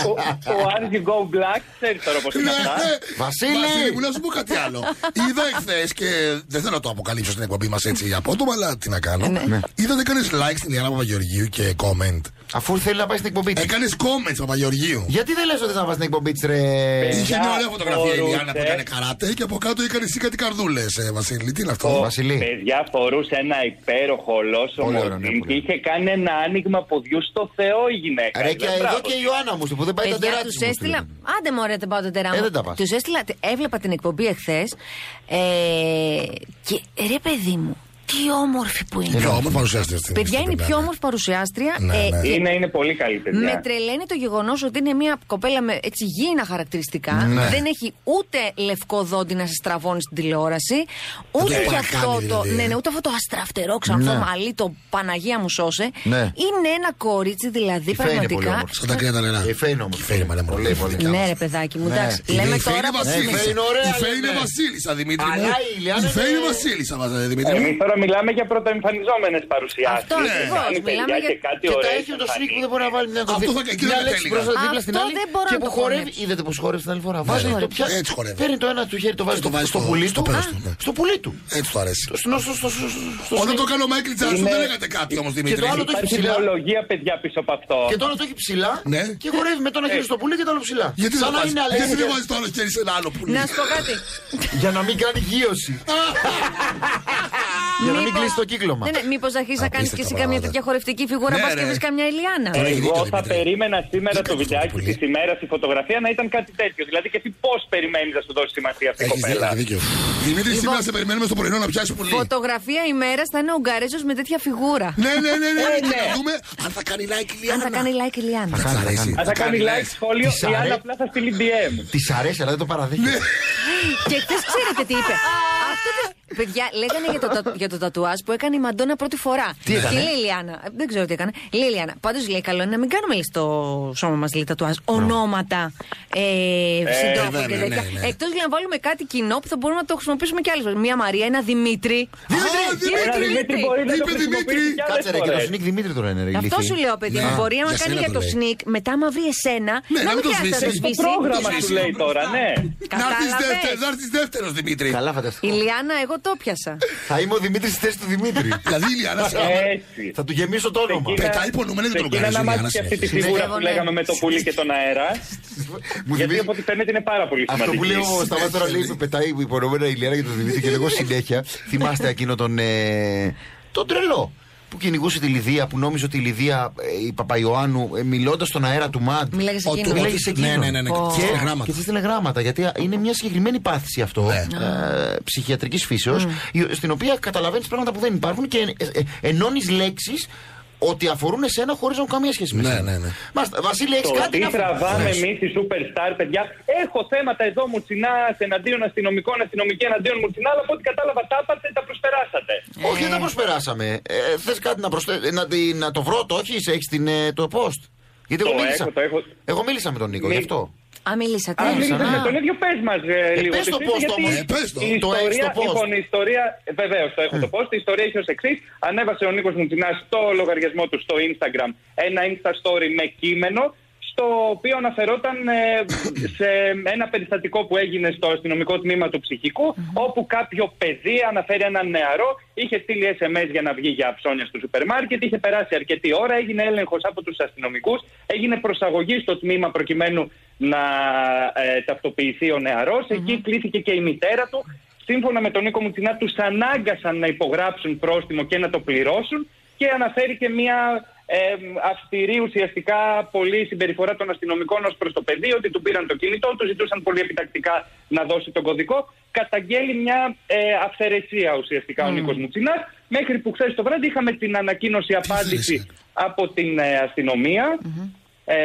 S8: ο, ο As You Go Black ξέρεις τώρα πώς είναι αυτά.
S2: Ναι, Βασίλη!
S3: Ναι, Βασίλη, μου να σου πω κάτι άλλο. Είδα εχθές και δεν θέλω να το αποκαλύψω στην εκπομπή μας έτσι απότομα, αλλά τι να
S4: Ε,
S3: κάνω.
S4: ναι.
S3: Είδα ότι έκανε like στην Ιάννα Παπαγεωργίου και comment.
S2: Αφού θέλει να πάει στην
S4: Ε,
S2: εκπομπή της.
S3: Έκανες comment Παπαγεωργίου.
S2: Γιατί δεν λες ότι θα πας στην εκπομπή της, ρε.
S4: Ε,
S3: Είχε μια ωραία φωτογραφία η Ιάννα που
S8: Μπορούσε.
S3: έκανε καράτε και από κάτω έκανε εσύ κάτι καρδούλες, Βασίλη. Τι είναι αυτό.
S2: Βασιλή.
S8: Παιδιά φορούσε ένα υπέροχο
S2: Πολύ
S8: ολόσωμο
S2: ωραίο, ναι,
S8: τζιν
S2: πολύ
S8: και
S2: ωραίο.
S8: είχε κάνει ένα άνοιγμα ποδιού στο Θεό η γυναίκα.
S2: Ρε, και
S8: Ήταν
S2: εδώ
S8: μπράβο.
S2: και η Ιωάννα μου, που δεν πάει τα
S4: Παιδιά,
S2: τεράστια.
S4: του έστειλα. Άντε, μωρέ, δεν πάω τα τερά
S2: Ε,
S4: μου.
S2: δεν τα πας.
S4: Τους έστειλα. τε- Έβλεπα την εκπομπή εχθές. και ρε, παιδί μου, τι όμορφη που είναι.
S2: Ε,
S3: Πιο όμορφη παρουσιάστηκε στην
S4: Παιδιά, είναι η
S3: στην
S4: πιο
S3: Ιάννα.
S4: όμορφη παρουσιάστρια.
S3: Ναι,
S4: ε,
S3: ναι.
S4: και
S8: Είναι, είναι πολύ καλή παιδιά.
S4: Με τρελαίνει το γεγονός ότι είναι μια κοπέλα με έτσι γήινα χαρακτηριστικά.
S3: Ναι.
S4: Δεν έχει ούτε λευκό δόντι να σε στραβώνει στην τηλεόραση, ούτε
S3: έχει
S4: και
S3: παρακάνει,
S4: αυτό το.
S3: δηλαδή, Ναι. ε.
S4: Ναι, ναι, ούτε αυτό το αστραφτερό ξανθό μαλλί, το Παναγία μου σώσε.
S2: Ναι.
S4: Είναι ένα κορίτσι δηλαδή
S2: Φέη είναι πολύ
S4: πραγματικά.
S2: όμορφη.
S3: Σαν τα κρύα τα νερά.
S2: Η Φέη είναι όμως.
S3: Η Φέη είναι μαλαμουρή.
S2: Πολύ, πολύ.
S3: Δικιά
S4: Ναι,
S3: μας.
S4: ρε παιδάκι μου,
S2: Ναι.
S4: εντάξει.
S3: Η
S4: Λέμε
S3: η Φέη
S4: τώρα.
S3: είναι
S2: Ναι, η Φέη
S3: Βασίλισσα.
S2: είναι ωραία,
S3: Η Φέη είναι
S2: λέμε.
S3: Βασίλισσα, Δημήτρη. μου.
S2: Αλλά η Ηλιάνα
S3: Η Φέη είναι
S2: είναι-
S3: Βασίλισσα, μα, Δημήτρη. μου.
S8: Εμείς τώρα μιλάμε για πρωτοεμφανιζόμενες παρουσιάσεις.
S4: Αυτό ακριβώς, μιλάμε
S8: και
S4: για-
S8: κάτι
S2: Και τα
S8: ωραίο.
S2: έχει με το σνίκ που δεν μπορεί να βάλει μια
S3: Αυτό
S2: κοπή.
S3: θα- εκείνο
S2: Μια
S3: δεν
S2: λέξη
S3: έλεγα.
S2: μπροστά δίπλα στην
S4: Αυτό
S2: άλλη.
S4: δεν μπορώ
S2: Και
S4: να
S2: που
S4: το
S2: χορεύει.
S4: χωνέψω.
S2: Είδατε πώ χορεύει την άλλη φορά. Βάζει
S3: ναι.
S2: το πια.
S3: Έτσι χορεύει.
S2: Παίρνει το ένα του χέρι, το βάζει
S3: το
S2: στο,
S3: βάζει
S2: στο
S3: στο-
S2: πουλί
S3: στο
S2: του.
S3: πέρας του, ναι.
S2: Στο πουλί του.
S3: Έτσι του αρέσει.
S2: Στο- στο- στο- στο- στο
S3: Όταν
S2: σνίκ.
S3: το έκανε ο Μάικλ Τζάξον
S8: Είναι-
S3: δεν λέγατε κάτι όμως Δημήτρη.
S2: το άλλο το-
S8: Υπάρχει
S2: ψηλά.
S8: ιδεολογία, παιδιά, πίσω από αυτό.
S2: Και τώρα το έχει ψηλά
S3: Ναι.
S2: και χορεύει με το
S8: Ε.
S2: ένα χέρι στο πουλί και το άλλο ψηλά.
S3: Γιατί δεν
S2: Σαν να
S3: βάζει-
S2: είναι
S3: γιατί δεν
S2: αλήθεια.
S3: βάζεις το άλλο χέρι σε ένα άλλο πουλί.
S4: Να σου πω κάτι.
S2: Για να μην κάνει γύρωση. Για να μην
S4: Μήπως-
S2: κλείσει το κύκλωμα.
S4: Ναι, ναι, Μήπως αρχίσεις να κάνει
S3: Απίστευτα
S4: και εσύ καμία
S3: πράγματα.
S4: τέτοια χορευτική φιγούρα,
S3: Ναι,
S4: πας και
S3: ρε.
S4: βρεις καμιά Ηλιάνα.
S3: Ε, έχει δίκιο,
S8: Εγώ θα
S3: Δημήτρη.
S8: περίμενα σήμερα
S3: Δεν κάνει
S8: το
S3: αυτό το
S8: βιντεάκι
S3: πουλί.
S8: της ημέρας, η φωτογραφία να ήταν κάτι τέτοιο. Δηλαδή και εσύ πώς περιμένεις να σου δώσεις σημασία αυτή η
S3: Έχεις δηλαδή
S8: κοπέλα.
S3: δίκιο, δίκιο. Δημήτρη,
S4: Λοιπόν-
S3: σήμερα σε περιμένουμε στο πρωινό να πιάσει πουλί.
S4: Φωτογραφία ημέρας θα είναι ο Ουγγαρέζο με τέτοια φιγούρα.
S3: Ναι, ναι, ναι, ναι.
S8: Ε,
S3: και
S8: ναι.
S3: να δούμε αν θα κάνει like η
S4: Αν
S3: Λιάννα.
S4: θα κάνει like η Ηλιάνα.
S3: Θα κάνει, θα
S8: Αν θα κάνει like
S3: like.
S8: σχόλιο,
S2: Της
S8: η άλλη
S2: αρέ-
S8: απλά θα στείλει DM.
S2: Της αρέσει, αλλά δεν το
S3: Ναι.
S2: παραδέχεται.
S4: Και χθες ξέρετε τι είπε. Αυτό δεν- Παιδιά, λέγανε για το, τα- για το τατουάζ που έκανε η Μαντόνα πρώτη φορά. Τι
S2: έκανε?
S4: Και λέει η Λιάννα, ε, δεν ξέρω τι έκανε. Λέει η Λιάννα, πάντως λέει καλό είναι να μην κάνουμε λέει, στο σώμα μας τατουάζ ονόματα ε, συντρόφων και
S3: βέβαια,
S4: τέτοια.
S3: ναι, ναι.
S4: Εκτός για να βάλουμε κάτι κοινό που θα μπορούμε να το χρησιμοποιήσουμε κι άλλες φορέ. Μία Μαρία, ένα Δημήτρη.
S2: Ε,
S8: Ένα
S4: Δημήτρη,
S8: Δημήτρη μπορεί να το
S3: Δημήτρη,
S8: χρησιμοποιήσει
S3: Δημήτρη.
S8: κι άλλες
S2: Κάτσε ρε και το
S8: φορές.
S2: Σνίκ Δημήτρη τώρα είναι ρε. η
S4: Αυτό
S2: λύθη.
S4: σου λέω, παιδί μου.
S3: Ναι.
S4: Μπορεί, άμα
S3: Για
S4: κάνει
S3: σένα
S4: για
S3: το
S4: το
S3: λέει.
S4: σνικ, μετά άμα βρει εσένα,
S3: Ναι, να
S4: να
S3: μην
S4: μην
S3: το
S4: χρειάζεται να το
S3: σβήσεις.
S8: Το
S4: σβήσει.
S8: πρόγραμμα σου λέει τώρα, ναι.
S3: Να έρθεις
S4: Κατάλαβες.
S3: δεύτερη- Να έρθεις δεύτερος, Δημήτρη.
S2: Καλά
S4: Η
S2: φανταστικό.
S4: Λιάννα, εγώ το πιασα.
S2: Θα είμαι ο Δημήτρης στη θέση του Δημήτρη.
S3: Δηλαδή η Λιάννα σε
S8: Ε, Έτσι.
S2: Θα του γεμίσω το όνομα.
S8: Ξεκίνα-
S3: Πετάει πονούμενα και τον
S8: ξεκίνα
S3: κάνει,
S8: να
S3: Ζουλιάνα,
S8: μάθει και αυτή τη
S2: συνέχεια.
S8: φιγούρα
S4: Συνέχεια.
S8: που λέγαμε με το πουλί και τον αέρα.
S2: Μου
S8: Γιατί
S2: θυμίζει
S8: από ό,τι φαίνεται είναι πάρα πολύ
S2: αυτό που
S8: σημαντική.
S2: λέω ο Σταμάτης τώρα λέει πετάει η υπονομένα η Λιάνα για τον Δημήτρη και λέγω συνέχεια. Θυμάστε εκείνο τον. ε, τον τρελό που κυνηγούσε τη Λιδία, που νόμιζε ότι η Λιδία ε, η Παπαϊωάννου μιλώντας στον αέρα του ΜΑΤ.
S4: Μιλάει σε
S3: Ο
S4: εκείνο.
S3: του-
S2: Λέει σε εκείνο.
S3: Ναι, ναι, ναι, ναι.
S4: Ω.
S2: Και,
S3: Στα γράμματα. Ναι.
S2: και στα γράμματα. Γιατί α, είναι μια συγκεκριμένη πάθηση αυτό ε, ψυχιατρικής φύσεως,
S3: Mm.
S2: στην οποία καταλαβαίνεις πράγματα που δεν υπάρχουν και ε, ενώνεις λέξεις ότι αφορούν εσένα χωρίς να έχουν καμία σχέση με
S3: Ναι,
S2: εσένα.
S3: ναι, ναι.
S2: Μάλιστα, Βασίλη, έχεις
S8: Το
S2: κάτι
S8: τι
S2: να
S8: τραβάμε εμείς οι superstar, παιδιά. Έχω θέματα εδώ μουτσινά εναντίον αστυνομικών, αστυνομική εναντίον μουτσινά, αλλά από ό,τι κατάλαβα τα άπατε, τα προσπεράσατε.
S2: Όχι, δεν τα προσπεράσαμε. Ε, Θες κάτι να, προσθέ... ε, να, τη- να το βρω, το έχεις, έχεις την, ε, το post. Γιατί
S8: Το
S2: εγώ μίλησα.
S8: έχω, το έχω.
S2: Εγώ μίλησα με τον Νίκο,
S8: Μι-
S2: γι' αυτό.
S4: Α, μιλήσατε.
S8: Αν μίλησες
S2: μίλησα,
S4: Α.
S8: με τον ίδιο, πες μας λίγο.
S2: ναι. πες
S8: τι
S2: το
S8: είναι,
S2: post
S8: γιατί
S2: όμως,
S3: ε, πες το.
S8: η
S2: Το έχεις
S8: ιστορία-
S2: το post.
S8: Λοιπόν, η ιστορία. Βεβαίως, το έχω το post. Η ιστορία έχει ως εξής. Ανέβασε ο Νίκος Μουτσινά στο λογαριασμό του στο Instagram ένα Insta story με κείμενο στο οποίο αναφερόταν ε, σε ένα περιστατικό που έγινε στο αστυνομικό τμήμα του ψυχικου όπου κάποιο παιδί αναφέρει έναν νεαρό, είχε στείλει SMS για να βγει για ψώνια στο σούπερ μάρκετ, είχε περάσει αρκετή ώρα, έγινε έλεγχος από τους αστυνομικούς, έγινε προσαγωγή στο τμήμα προκειμένου να ε, ταυτοποιηθεί ο νεαρος Εκεί κλήθηκε και η μητέρα του. Σύμφωνα με τον Νίκο Μουτσινά, τους ανάγκασαν να υπογράψουν πρόστιμο και να το πληρώσουν. Και αναφέρει και μια ε, αυστηρή ουσιαστικά πολύ συμπεριφορά των αστυνομικών ως προς το παιδί, ότι του πήραν το κινητό, του ζητούσαν πολύ επιτακτικά να δώσει τον κωδικό. Καταγγέλει μια ε, αυθαιρεσία ουσιαστικά ο Νίκο Μουτσινάς Μέχρι που χθες το βράδυ είχαμε την ανακοίνωση απάντηση
S3: αυθαιρεσία?
S8: από την ε, αστυνομια ε,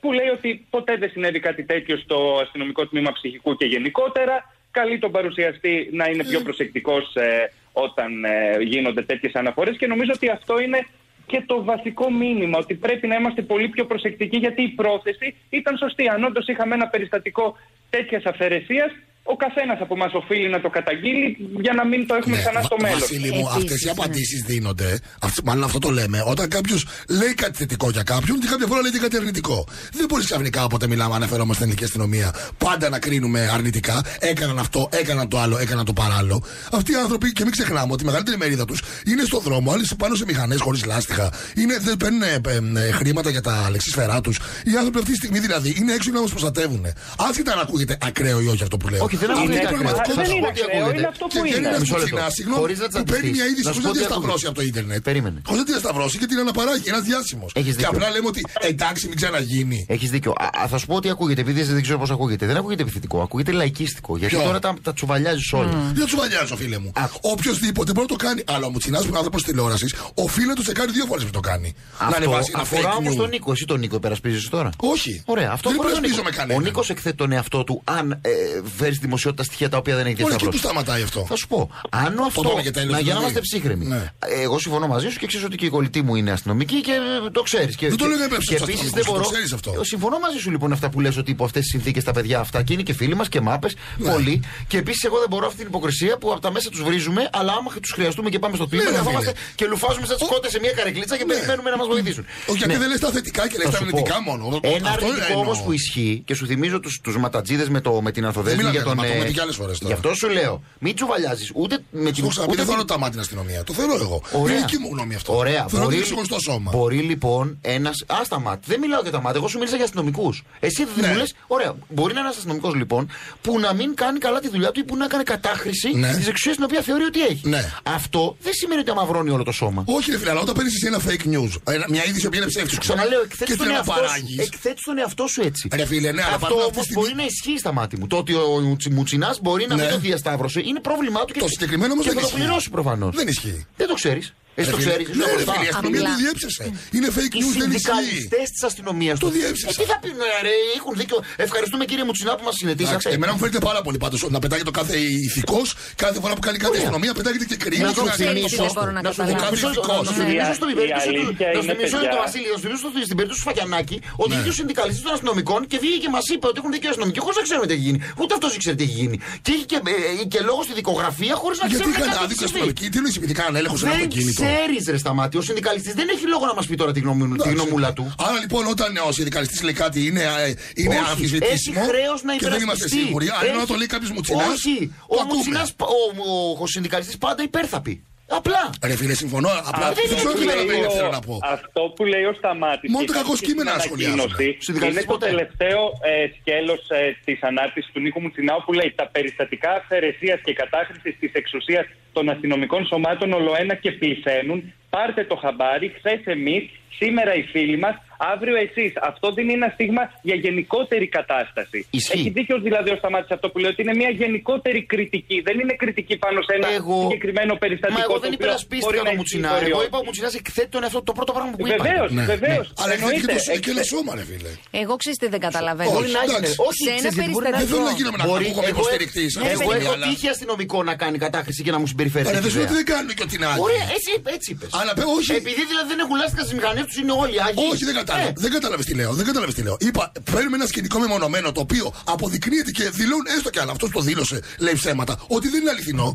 S8: που λέει ότι ποτέ δεν συνέβη κάτι τέτοιο στο αστυνομικό τμήμα ψυχικού και γενικότερα. Καλεί τον παρουσιαστή να είναι πιο προσεκτικός ε, όταν ε, γίνονται τέτοιες αναφορές και νομίζω ότι αυτό είναι και το βασικό μήνυμα ότι πρέπει να είμαστε πολύ πιο προσεκτικοί γιατί η πρόθεση ήταν σωστή. Αν όντως είχαμε ένα περιστατικό τέτοιας αυθαιρεσίας, ο καθένας από εμάς οφείλει να το καταγγείλει για να μην το έχουμε
S3: Ναι,
S8: ξανά στο
S3: Βα-
S8: μέλλον.
S3: Βασίλη μου,
S4: Επίσης,
S3: αυτές οι
S4: ναι.
S3: απαντήσεις δίνονται. Αυτό, μάλλον αυτό το λέμε. Όταν κάποιος λέει κάτι θετικό για κάποιον και κάποια φορά λέει και κάτι αρνητικό. Δεν μπορείς ξαφνικά όποτε μιλάμε, αναφερόμαστε στην ελληνική αστυνομία, πάντα να κρίνουμε αρνητικά. Έκαναν αυτό, έκαναν το άλλο, έκαναν το παράλληλο. Αυτοί οι άνθρωποι, και μην ξεχνάμε ότι η μεγαλύτερη μερίδα τους είναι στον δρόμο, άλλοι πάνω σε μηχανές χωρίς λάστιχα. Είναι, δεν παίρνουν ε, ε, ε, χρήματα για τα λεξίσφαιρά τους. Οι άνθρωποι αυτή τη στιγμή δηλαδή είναι έξω να μας προστατεύουν. Άσχετα αν ακούγεται ακραίο ή όχι αυτό που λέω.
S2: Όχι, δεν
S3: Ε, Είναι
S2: ακούγεται
S3: η
S2: ακραίο.
S3: πραγματικότητα.
S8: Δεν είναι ακραίο, είναι αυτό
S3: Και
S8: που
S3: δεν είναι
S8: είναι.
S3: ένα
S2: Μισό λεπτό.
S3: κουτσινά, συγγνώμη,
S2: Χωρίς να
S3: που παίρνει
S2: τσαντιστείς.
S3: μια είδηση
S2: Να σου
S3: χωρί
S2: πω
S3: να τη
S2: τι ακούγεται.
S3: σταυρώσει από το Ίντερνετ.
S2: Περίμενε.
S3: Χωρί να τη σταυρώσει και την αναπαράγει. Ένα διάσημο.
S2: Έχεις
S3: Και
S2: δίκιο.
S3: απλά λέμε ότι ε, εντάξει, μην ξαναγίνει.
S2: Έχεις δίκιο. Α, α, θα σου πω ότι ακούγεται, επειδή δεν ξέρω πώς ακούγεται. Δεν ακούγεται επιθετικό, ακούγεται λαϊκίστικο. Γιατί
S3: Ποιο? Mm.
S2: τώρα τα, τα τσουβαλιάζεις όλα.
S3: Δεν του βαλιάζω, φίλε μου.
S2: Α.
S3: Οποιοδήποτε μπορεί να το κάνει. Αλλά ο Μουτσινάς που είναι άνθρωπος τηλεόρασης, οφείλεται σε κάνει δύο φορές που το κάνει.
S2: Αυτό
S3: ανεβάσει ένα
S2: αφορά
S3: fake
S2: όμως
S3: news.
S2: τον Νίκο. Εσύ τον Νίκο υπερασπίζει τώρα.
S3: Όχι.
S2: Ωραία, αυτό
S3: δεν
S2: αφορά τον
S3: υπερασπίζομαι
S2: Νίκο.
S3: κανέναν.
S2: Ο Νίκος εκθέτει τον εαυτό του αν ε, φέρει στη δημοσιότητα στοιχεία τα οποία δεν έχει
S3: Μόνο εκεί
S2: διασταυρώσει.
S3: που σταματάει αυτό.
S2: Θα σου πω. Αν ο αυτό.
S3: πάμε και
S2: να,
S3: τα
S2: για να
S3: ελληνικά.
S2: είμαστε ψύχρεμοι.
S3: Ναι.
S2: Εγώ συμφωνώ μαζί σου και ξέρεις ότι και η κολλητή μου είναι αστυνομική και ε, το ξέρεις.
S3: Δεν το
S2: και,
S3: λέγαμε ψέματα
S2: και επίση
S3: αστυνομικούς,
S2: δεν
S3: το
S2: μπορώ.
S3: ξέρεις αυτό.
S2: Συμφωνώ μαζί σου λοιπόν αυτά που λες ότι υπό αυτές τις συνθήκες τα παιδιά αυτά και είναι και φίλοι μας και μάπες.
S3: Ναι.
S2: Πολλοί. Και επίσης εγώ δεν μπορώ αυτή την υποκρισία που από τα μέσα τους βρίζουμε, αλλά άμα τους χρειαστούμε και πάμε στο τμήμα,
S3: Ναι, ρε
S2: καθόμαστε
S3: φίλε. Ναι.
S2: και λουφάζουμε σαν σκότες σε μια καρεκλίτσα και περιμένουμε να μας βοηθήσουν.
S3: Όχι, γιατί
S2: Ναι.
S3: δεν λες τα θετικά και λε
S2: Θα
S3: τα
S2: σου πω.
S3: αρνητικά μόνο.
S2: Ένα
S3: Αυτό
S2: αρνητικό
S3: εννοώ.
S2: όμως που ισχύει και σου θυμίζω τους τους ματατζίδες με, το, με την ανθοδέσμη
S3: Μιλάμε
S2: για
S3: για
S2: τον.
S3: τα
S2: ε,
S3: ματώματα και άλλες φορές τώρα.
S2: Γι' αυτό σου λέω. Μην τσουβαλιάζεις ούτε με
S3: Σου
S2: την.
S3: έχω ξαναπεί,
S2: ούτε
S3: δεν
S2: την-
S3: θεωρώ τα μάτια την αστυνομία. Το θεωρώ εγώ. Είναι εκεί μου γνώμη αυτό.
S2: Ωραία.
S3: Θεωρώ ότι είναι ξεχωριστό σώμα.
S2: μπορεί λοιπόν ένας. Ας τα μάτια. Δεν μιλάω για τα μάτια. Εγώ σου μίλησα για αστυνομικούς. Εσύ δεν
S3: Ναι.
S2: μου λες. Ωραία. Μπορεί να είναι ένας αστυνομικός λοιπόν που να μην κάνει καλά τη δουλειά του ή που να κάνει κατάχρηση
S3: Ναι.
S2: τη εξουσία την οποία θεωρεί ότι έχει.
S3: Ναι.
S2: Αυτό δεν σημαίνει ότι αμαυρώνει όλο το σώμα.
S3: Όχι, ρε φίλε, αλλά όταν παίρνεις εσύ ένα fake news, ένα- μια είδηση που είναι ψεύτη,
S2: Ξαναλέω, εκθέτεις
S3: και
S2: τον,
S3: την
S2: εαυτό
S3: αναπαράγει.
S2: σου, εκθέτεις τον εαυτό σου έτσι.
S3: Ρε φίλε, ναι, αλλά
S2: Αυτό
S3: παρόλα
S2: όμω
S3: αυτή τη στιγμή-
S2: μπορεί να ισχύει στα μάτια μου. Το ότι ο Μουτσινάς μπορεί να
S3: Ναι.
S2: μην το διασταύρωσε είναι πρόβλημά του και
S3: Το συγκεκριμένο όμως
S2: και
S3: δεν
S2: θα το
S3: ισχύει.
S2: πληρώσει προφανώς.
S3: Δεν ισχύει.
S2: Δεν το ξέρεις. Εσύ το
S3: Ρε φίλε,
S2: ξέρει.
S3: Ναι, ρε φίλε, η αστυνομία
S4: Απλά.
S3: το διέψευσε. Είναι fake
S2: Οι
S3: news, δεν ισχύει.
S2: συνδικαλιστές της αστυνομίας
S3: Το
S2: τους.
S3: διέψευσα.
S2: Ε, τι θα πει, ναι, ρε, έχουν δίκιο. Ευχαριστούμε κύριε Μουτσινά που μας
S3: Εντάξει,
S2: συνετήσατε.
S3: Εμένα μου φαίνεται πάρα πολύ πάντως να πετάγεται ο κάθε ηθικός κάθε φορά που κάνει κάτι η
S2: Ωραία.
S3: αστυνομία, πετάγεται και κρίνει.
S2: Να
S3: και
S2: σου
S4: το ξέρεις,
S2: θυμίσω.
S4: δεν μπορώ να
S2: Να σου
S4: καταλάβω.
S2: θυμίσω-
S3: Κάθε
S2: να σου
S3: δικός.
S2: θυμίσω στον
S8: Ναι. Η
S2: περίπτωση
S8: αλήθεια
S2: του.
S8: είναι,
S2: Να σου θυμίσω
S8: παιδιά.
S2: το Βασίλη, να σου θυμίσω στο- στην περίπτωση του Φαγιανάκη ότι
S3: Ναι.
S2: βγήκε ο συνδικαλιστής των αστυνομικών και βγήκε και μας είπε ότι έχουν δίκιο οι αστυνομικοί χωρίς να ξέρουμε τι έχει γίνει. Ούτε αυτός ήξερε τι έχει γίνει. Και είχε και, ε, και λόγο στη δικογραφία χωρίς να
S3: Γιατί
S2: ξέρουμε
S3: είχαν
S2: τι
S3: άδικο
S2: έχει συμβεί.
S3: αστυνομική, τι λέει επειδή κάνανε έλεγχο σε ένα
S2: Δεν
S3: αυτοκίνητο.
S2: ξέρεις, ρε Σταμάτη, ο συνδικαλιστής δεν έχει λόγο να μας πει τώρα τη γνώμη- τη γνωμούλα του.
S3: Άρα λοιπόν, όταν ο συνδικαλιστής λέει κάτι είναι, ε, είναι
S2: Όχι,
S3: αμφισβητήσιμο
S2: έχει χρέος να
S3: και δεν είμαστε
S2: υπερασπιστεί.
S3: σίγουροι. Αν
S2: Έχει-
S3: ενώ το λέει κάποιος Μουτσινάς.
S2: Όχι, ο Μουτσινάς, ο, ο, ο συνδικαλιστής πάντα υπέρθαπη. Απλά.
S3: Ρε φίλε, συμφωνώ. Απλά
S2: δεν
S3: δεν ξέρω
S2: είναι
S3: τι
S2: ότι
S3: καταλαβαίνει,
S2: λέει
S3: θέλω να πω.
S8: Αυτό που λέει ο Σταμάτης.
S3: Μόνο
S8: και
S3: τα κακό
S8: υπάρχει
S3: κείμενα
S8: στην
S3: σχολιάζουμε.
S8: ανακοίνωση,
S2: Συνδικαλιστές
S8: Είναι το
S2: ποτέ.
S8: τελευταίο ε, σκέλος ε, της ανάρτησης του Νίκου Μουτσινάου που λέει τα περιστατικά αυθαιρεσίας και κατάχρησης της εξουσίας των αστυνομικών σωμάτων ολοένα και πληθαίνουν. Πάρτε το χαμπάρι, χθε εμείς, σήμερα οι φίλοι μας, αύριο εσείς. Αυτό δεν είναι ένα στίγμα για γενικότερη κατάσταση.
S2: Ισχύει.
S8: Έχει δίκιο δηλαδή ο Σταμάτης αυτό που λέει ότι είναι μια γενικότερη κριτική. Δεν είναι κριτική πάνω σε ένα
S2: Εγώ-
S8: συγκεκριμένο περιστατικό.
S2: Μα εγώ
S8: το
S2: δεν
S8: οποίο μπορεί
S2: υπερασπίστηκα
S8: να
S2: τον Μουτσινά.
S8: έχει
S2: Εγώ
S8: ιστοριό.
S2: είπα ο Μουτσινάς εκθέτει τον εαυτό του, το πρώτο πράγμα που είπα.
S8: Βεβαίως,
S3: Ναι,
S8: βεβαίω.
S3: ναι. Αλλά έχει και το συνδικαλιστικό σώμα, ρε φίλε.
S2: Ε,
S4: Εγώ ξέρεις τι δεν καταλαβαίνω.
S2: Μπορεί να
S3: εντάξει.
S2: είναι.
S4: Σε
S2: Όχι,
S4: ένα
S2: ξέρεις τι, μπορεί να είναι.
S4: περιστατικό. Δεν θέλω να
S3: γίνομαι να
S2: Μπορεί-
S3: ακούγομαι
S2: εγώ-
S3: υποστηρικτής αυτή τη
S2: Εγώ
S3: στιγμή,
S2: έχω
S3: αλλά-
S2: τύχει αστυνομικό να κάνει κατάχρηση και να μου συμπεριφέρει.
S3: Ρε, δεν
S2: έτσι,
S3: σου λέω ότι
S2: βέβαια.
S3: δεν κάνουν και ότι είναι άλλοι.
S2: ε, Ωραία, ε, έτσι είπε. έτσι είπες.
S3: Αλλά παι- όχι.
S2: Επειδή δηλαδή δεν έχουν λάστιχα στις μηχανές τους, είναι όλοι άγιοι.
S3: Όχι, δεν κατάλαβα.
S2: Ε,
S3: Δεν κατάλαβε τι λέω. Δεν κατάλαβε τι λέω. Είπα, παίρνουμε ένα σκηνικό μεμονωμένο το οποίο αποδεικνύεται και δηλώνει, έστω κι αν αυτός το δήλωσε, λέει ψέματα, ότι δεν είναι αληθινό.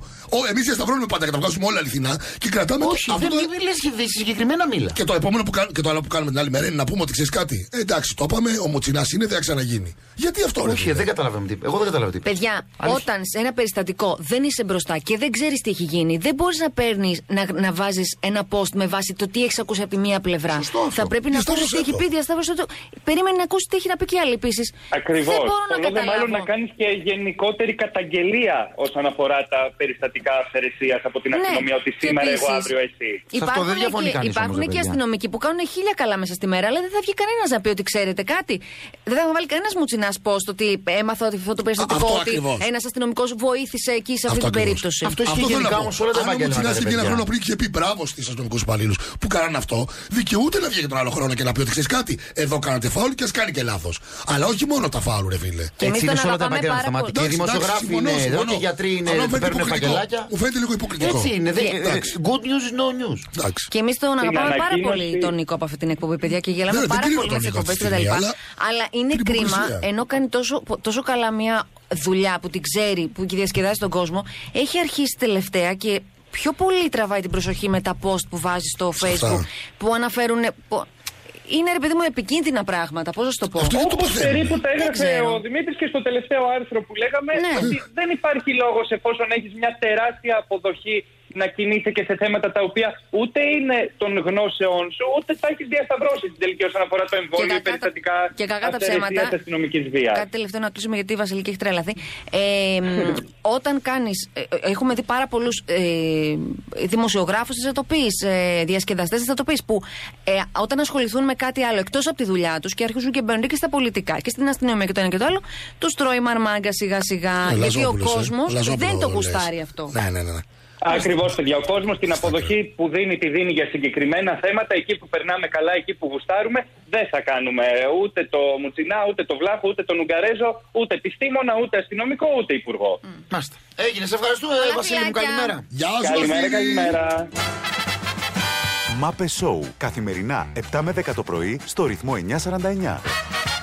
S3: Εμείς διασταυρώνουμε πάντα και τα βγάζουμε όλα αληθινά και κρατάμε
S2: Όχι,
S3: αυτό
S2: δεν
S3: το.
S2: μιλέ συγκεκριμένα μίλα.
S3: Και το επόμενο που κάνουμε, και το άλλο που κάνουμε την άλλη μέρα είναι να πούμε ότι ξέρεις κάτι. Ε, εντάξει, το είπαμε, ο Μουτσινά είναι, δεν θα ξαναγίνει. Γιατί αυτό ρε,
S2: Όχι,
S3: φίλε?
S2: δεν καταλαβαίνω τι είπε. Εγώ δεν καταλαβαίνω τι είπε.
S4: Παιδιά,
S2: Αλήθεια.
S4: όταν σε ένα περιστατικό δεν είσαι μπροστά και δεν ξέρεις τι έχει γίνει, δεν μπορείς να παίρνεις να, να βάζεις ένα post με βάση το τι έχεις ακούσει από τη μία πλευρά.
S2: Σωστό αυτό.
S4: Θα πρέπει
S3: Γι'
S4: να
S3: αυτό
S4: ακούσει τι
S3: σας
S4: έχει Wikipedia, Σταύρο, ότι περίμενε να ακούσει τι έχει να πει και οι άλλοι επίσης.
S8: Ακριβώς.
S4: Δεν μπορώ να
S8: Πολλό δε
S4: καταλάβω.
S8: μάλλον να κάνεις και γενικότερη καταγγελία όσον αφορά τα περιστατικά αυθαιρεσίας από την
S4: Ναι,
S8: αστυνομία. Ότι
S4: και
S8: σήμερα, εγώ,
S4: επίσης,
S8: αύριο, εσύ.
S2: Σε αυτό
S4: Υπάρχουν
S2: δεν διαφωνεί
S4: και-
S2: κανείς όμως,
S4: Υπάρχουν
S2: ρε
S4: και
S2: παιδιά.
S4: αστυνομικοί που κάνουν χίλια καλά μέσα στη μέρα, αλλά δεν θα βγει κανένας να πει ότι ξέρετε κάτι. Δεν θα βάλει κανένας μουτσινάς post ότι έμαθα ότι αυτό το περιστατικό.
S3: αυτό
S4: Ότι
S3: ακριβώς.
S4: ένας αστυνομικός βοήθησε εκεί σε αυτή την
S3: ακριβώς.
S4: περίπτωση.
S2: Αυτό ισχύει
S3: θέλω να
S2: γενικά
S3: πω.
S2: όμως σε όλα τα
S3: Αν ο
S2: επαγγέλματα,
S3: Μουτσινάς
S2: ρε
S3: είχε ένα
S2: παιδιά.
S3: χρόνο πριν και είχε πει μπράβο στι αστυνομικούς υπαλλήλους που κάνανε αυτό, δικαιούται να βγει για τον άλλο χρόνο και να πει ότι ξέρει κάτι. Εδώ κάνατε φάουλ και ας κάνει και λάθος. Αλλά όχι μόνο τα φάουλ, ρε φίλε.
S4: Και εμείς
S2: Έτσι είναι
S4: τον
S2: σε όλα τα
S4: αγαπάμε
S2: επαγγέλματα.
S4: πάρα
S2: Σταμάτη. Και
S4: πολύ.
S2: οι δημοσιογράφοι
S3: συμφωνώ,
S2: είναι εδώ
S3: συμφωνώ.
S2: και οι γιατροί είναι εδώ
S3: Αλλά μου
S2: που
S3: φαίνεται
S2: παίρνουν
S3: υποκριτικό.
S2: φακελάκια.
S3: Μου φαίνεται λίγο υποκριτικό.
S2: Έτσι είναι. δεν-
S3: Εντάξει.
S2: Good news is no news.
S3: Εντάξει.
S4: Και εμείς τον αγαπάμε πάρα
S8: ανακοίνωση-
S4: πολύ τον Νίκο από αυτή την εκπομπή, παιδιά, και γελάμε
S3: Ναι, δεν
S4: πάρα
S3: κρίνω
S4: πολύ
S3: τον
S4: με τις
S3: Νίκο
S4: εκπομπές
S3: αυτή
S4: κτλ.
S3: τη στιγμή,
S4: Αλλά,
S3: αλλά
S4: είναι
S3: την
S4: κρίμα
S3: υποκρισία.
S4: ενώ κάνει τόσο, τόσο καλά μια δουλειά που την ξέρει, που διασκεδάζει τον κόσμο, έχει αρχίσει τελευταία και πιο πολύ τραβάει την προσοχή με τα post που βάζει στο
S3: Σωστά.
S4: Facebook που αναφέρουν. που- Είναι ρε παιδί μου επικίνδυνα πράγματα, πώς να σου το πω.
S3: Αυτό δεν το
S8: Όπω περίπου
S3: παθαίνουμε.
S8: τα έγραφε
S4: ξέρω.
S8: ο Δημήτρης και στο τελευταίο άρθρο που λέγαμε,
S4: Ναι.
S8: ότι δεν υπάρχει λόγος εφόσον έχεις μια τεράστια αποδοχή να κινείσαι και σε θέματα τα οποία ούτε είναι των γνώσεών σου, ούτε τα έχεις διασταυρώσει στην τελική όσον αφορά το
S4: Και
S8: εμβόλιο,
S4: κακά τα-
S8: περιστατικά
S4: και κακά τα
S8: αυθαιρεσίας
S4: ψέματα.
S8: αστυνομικής βίας.
S4: Κάτι τελευταίο να κλείσουμε γιατί η Βασιλική έχει τρελαθεί. Ε, μ, όταν κάνεις. έχουμε δει πάρα πολλούς ε, δημοσιογράφους τη Ατοπή, ε, διασκεδαστές τη Ατοπή, που ε, όταν ασχοληθούν με κάτι άλλο εκτός από τη δουλειά τους και αρχίζουν και μπαίνουν και στα πολιτικά και στην αστυνομία και το ένα και το άλλο, τους τρώει η μαρμάγκα σιγά σιγά. γιατί ο
S3: Λαζόπουλος, ε.
S4: κόσμος δεν
S3: Λαζόπουλο,
S4: το
S3: λες.
S4: γουστάρει αυτό.
S3: Ναι, ναι, ναι. ναι.
S8: Ακριβώς, παιδιά. Ο κόσμος την αποδοχή που δίνει, τη δίνει για συγκεκριμένα θέματα. Εκεί που περνάμε καλά, εκεί που γουστάρουμε, δεν θα κάνουμε ούτε το Μουτσινά, ούτε το Βλάχο, ούτε τον Ουγγαρέζο, ούτε επιστήμονα, ούτε αστυνομικό, ούτε υπουργό.
S2: Μάλιστα. Έγινε, σε ευχαριστούμε,
S4: Πολλά
S2: Βασίλη μου.
S4: φιλάκια.
S2: Καλημέρα.
S3: Γεια σου,
S8: Καλημέρα,
S3: Βασίλη.
S8: καλημέρα.
S1: Μάπε Σόου. Καθημερινά 7 με 10 το πρωί στο ρυθμό 949.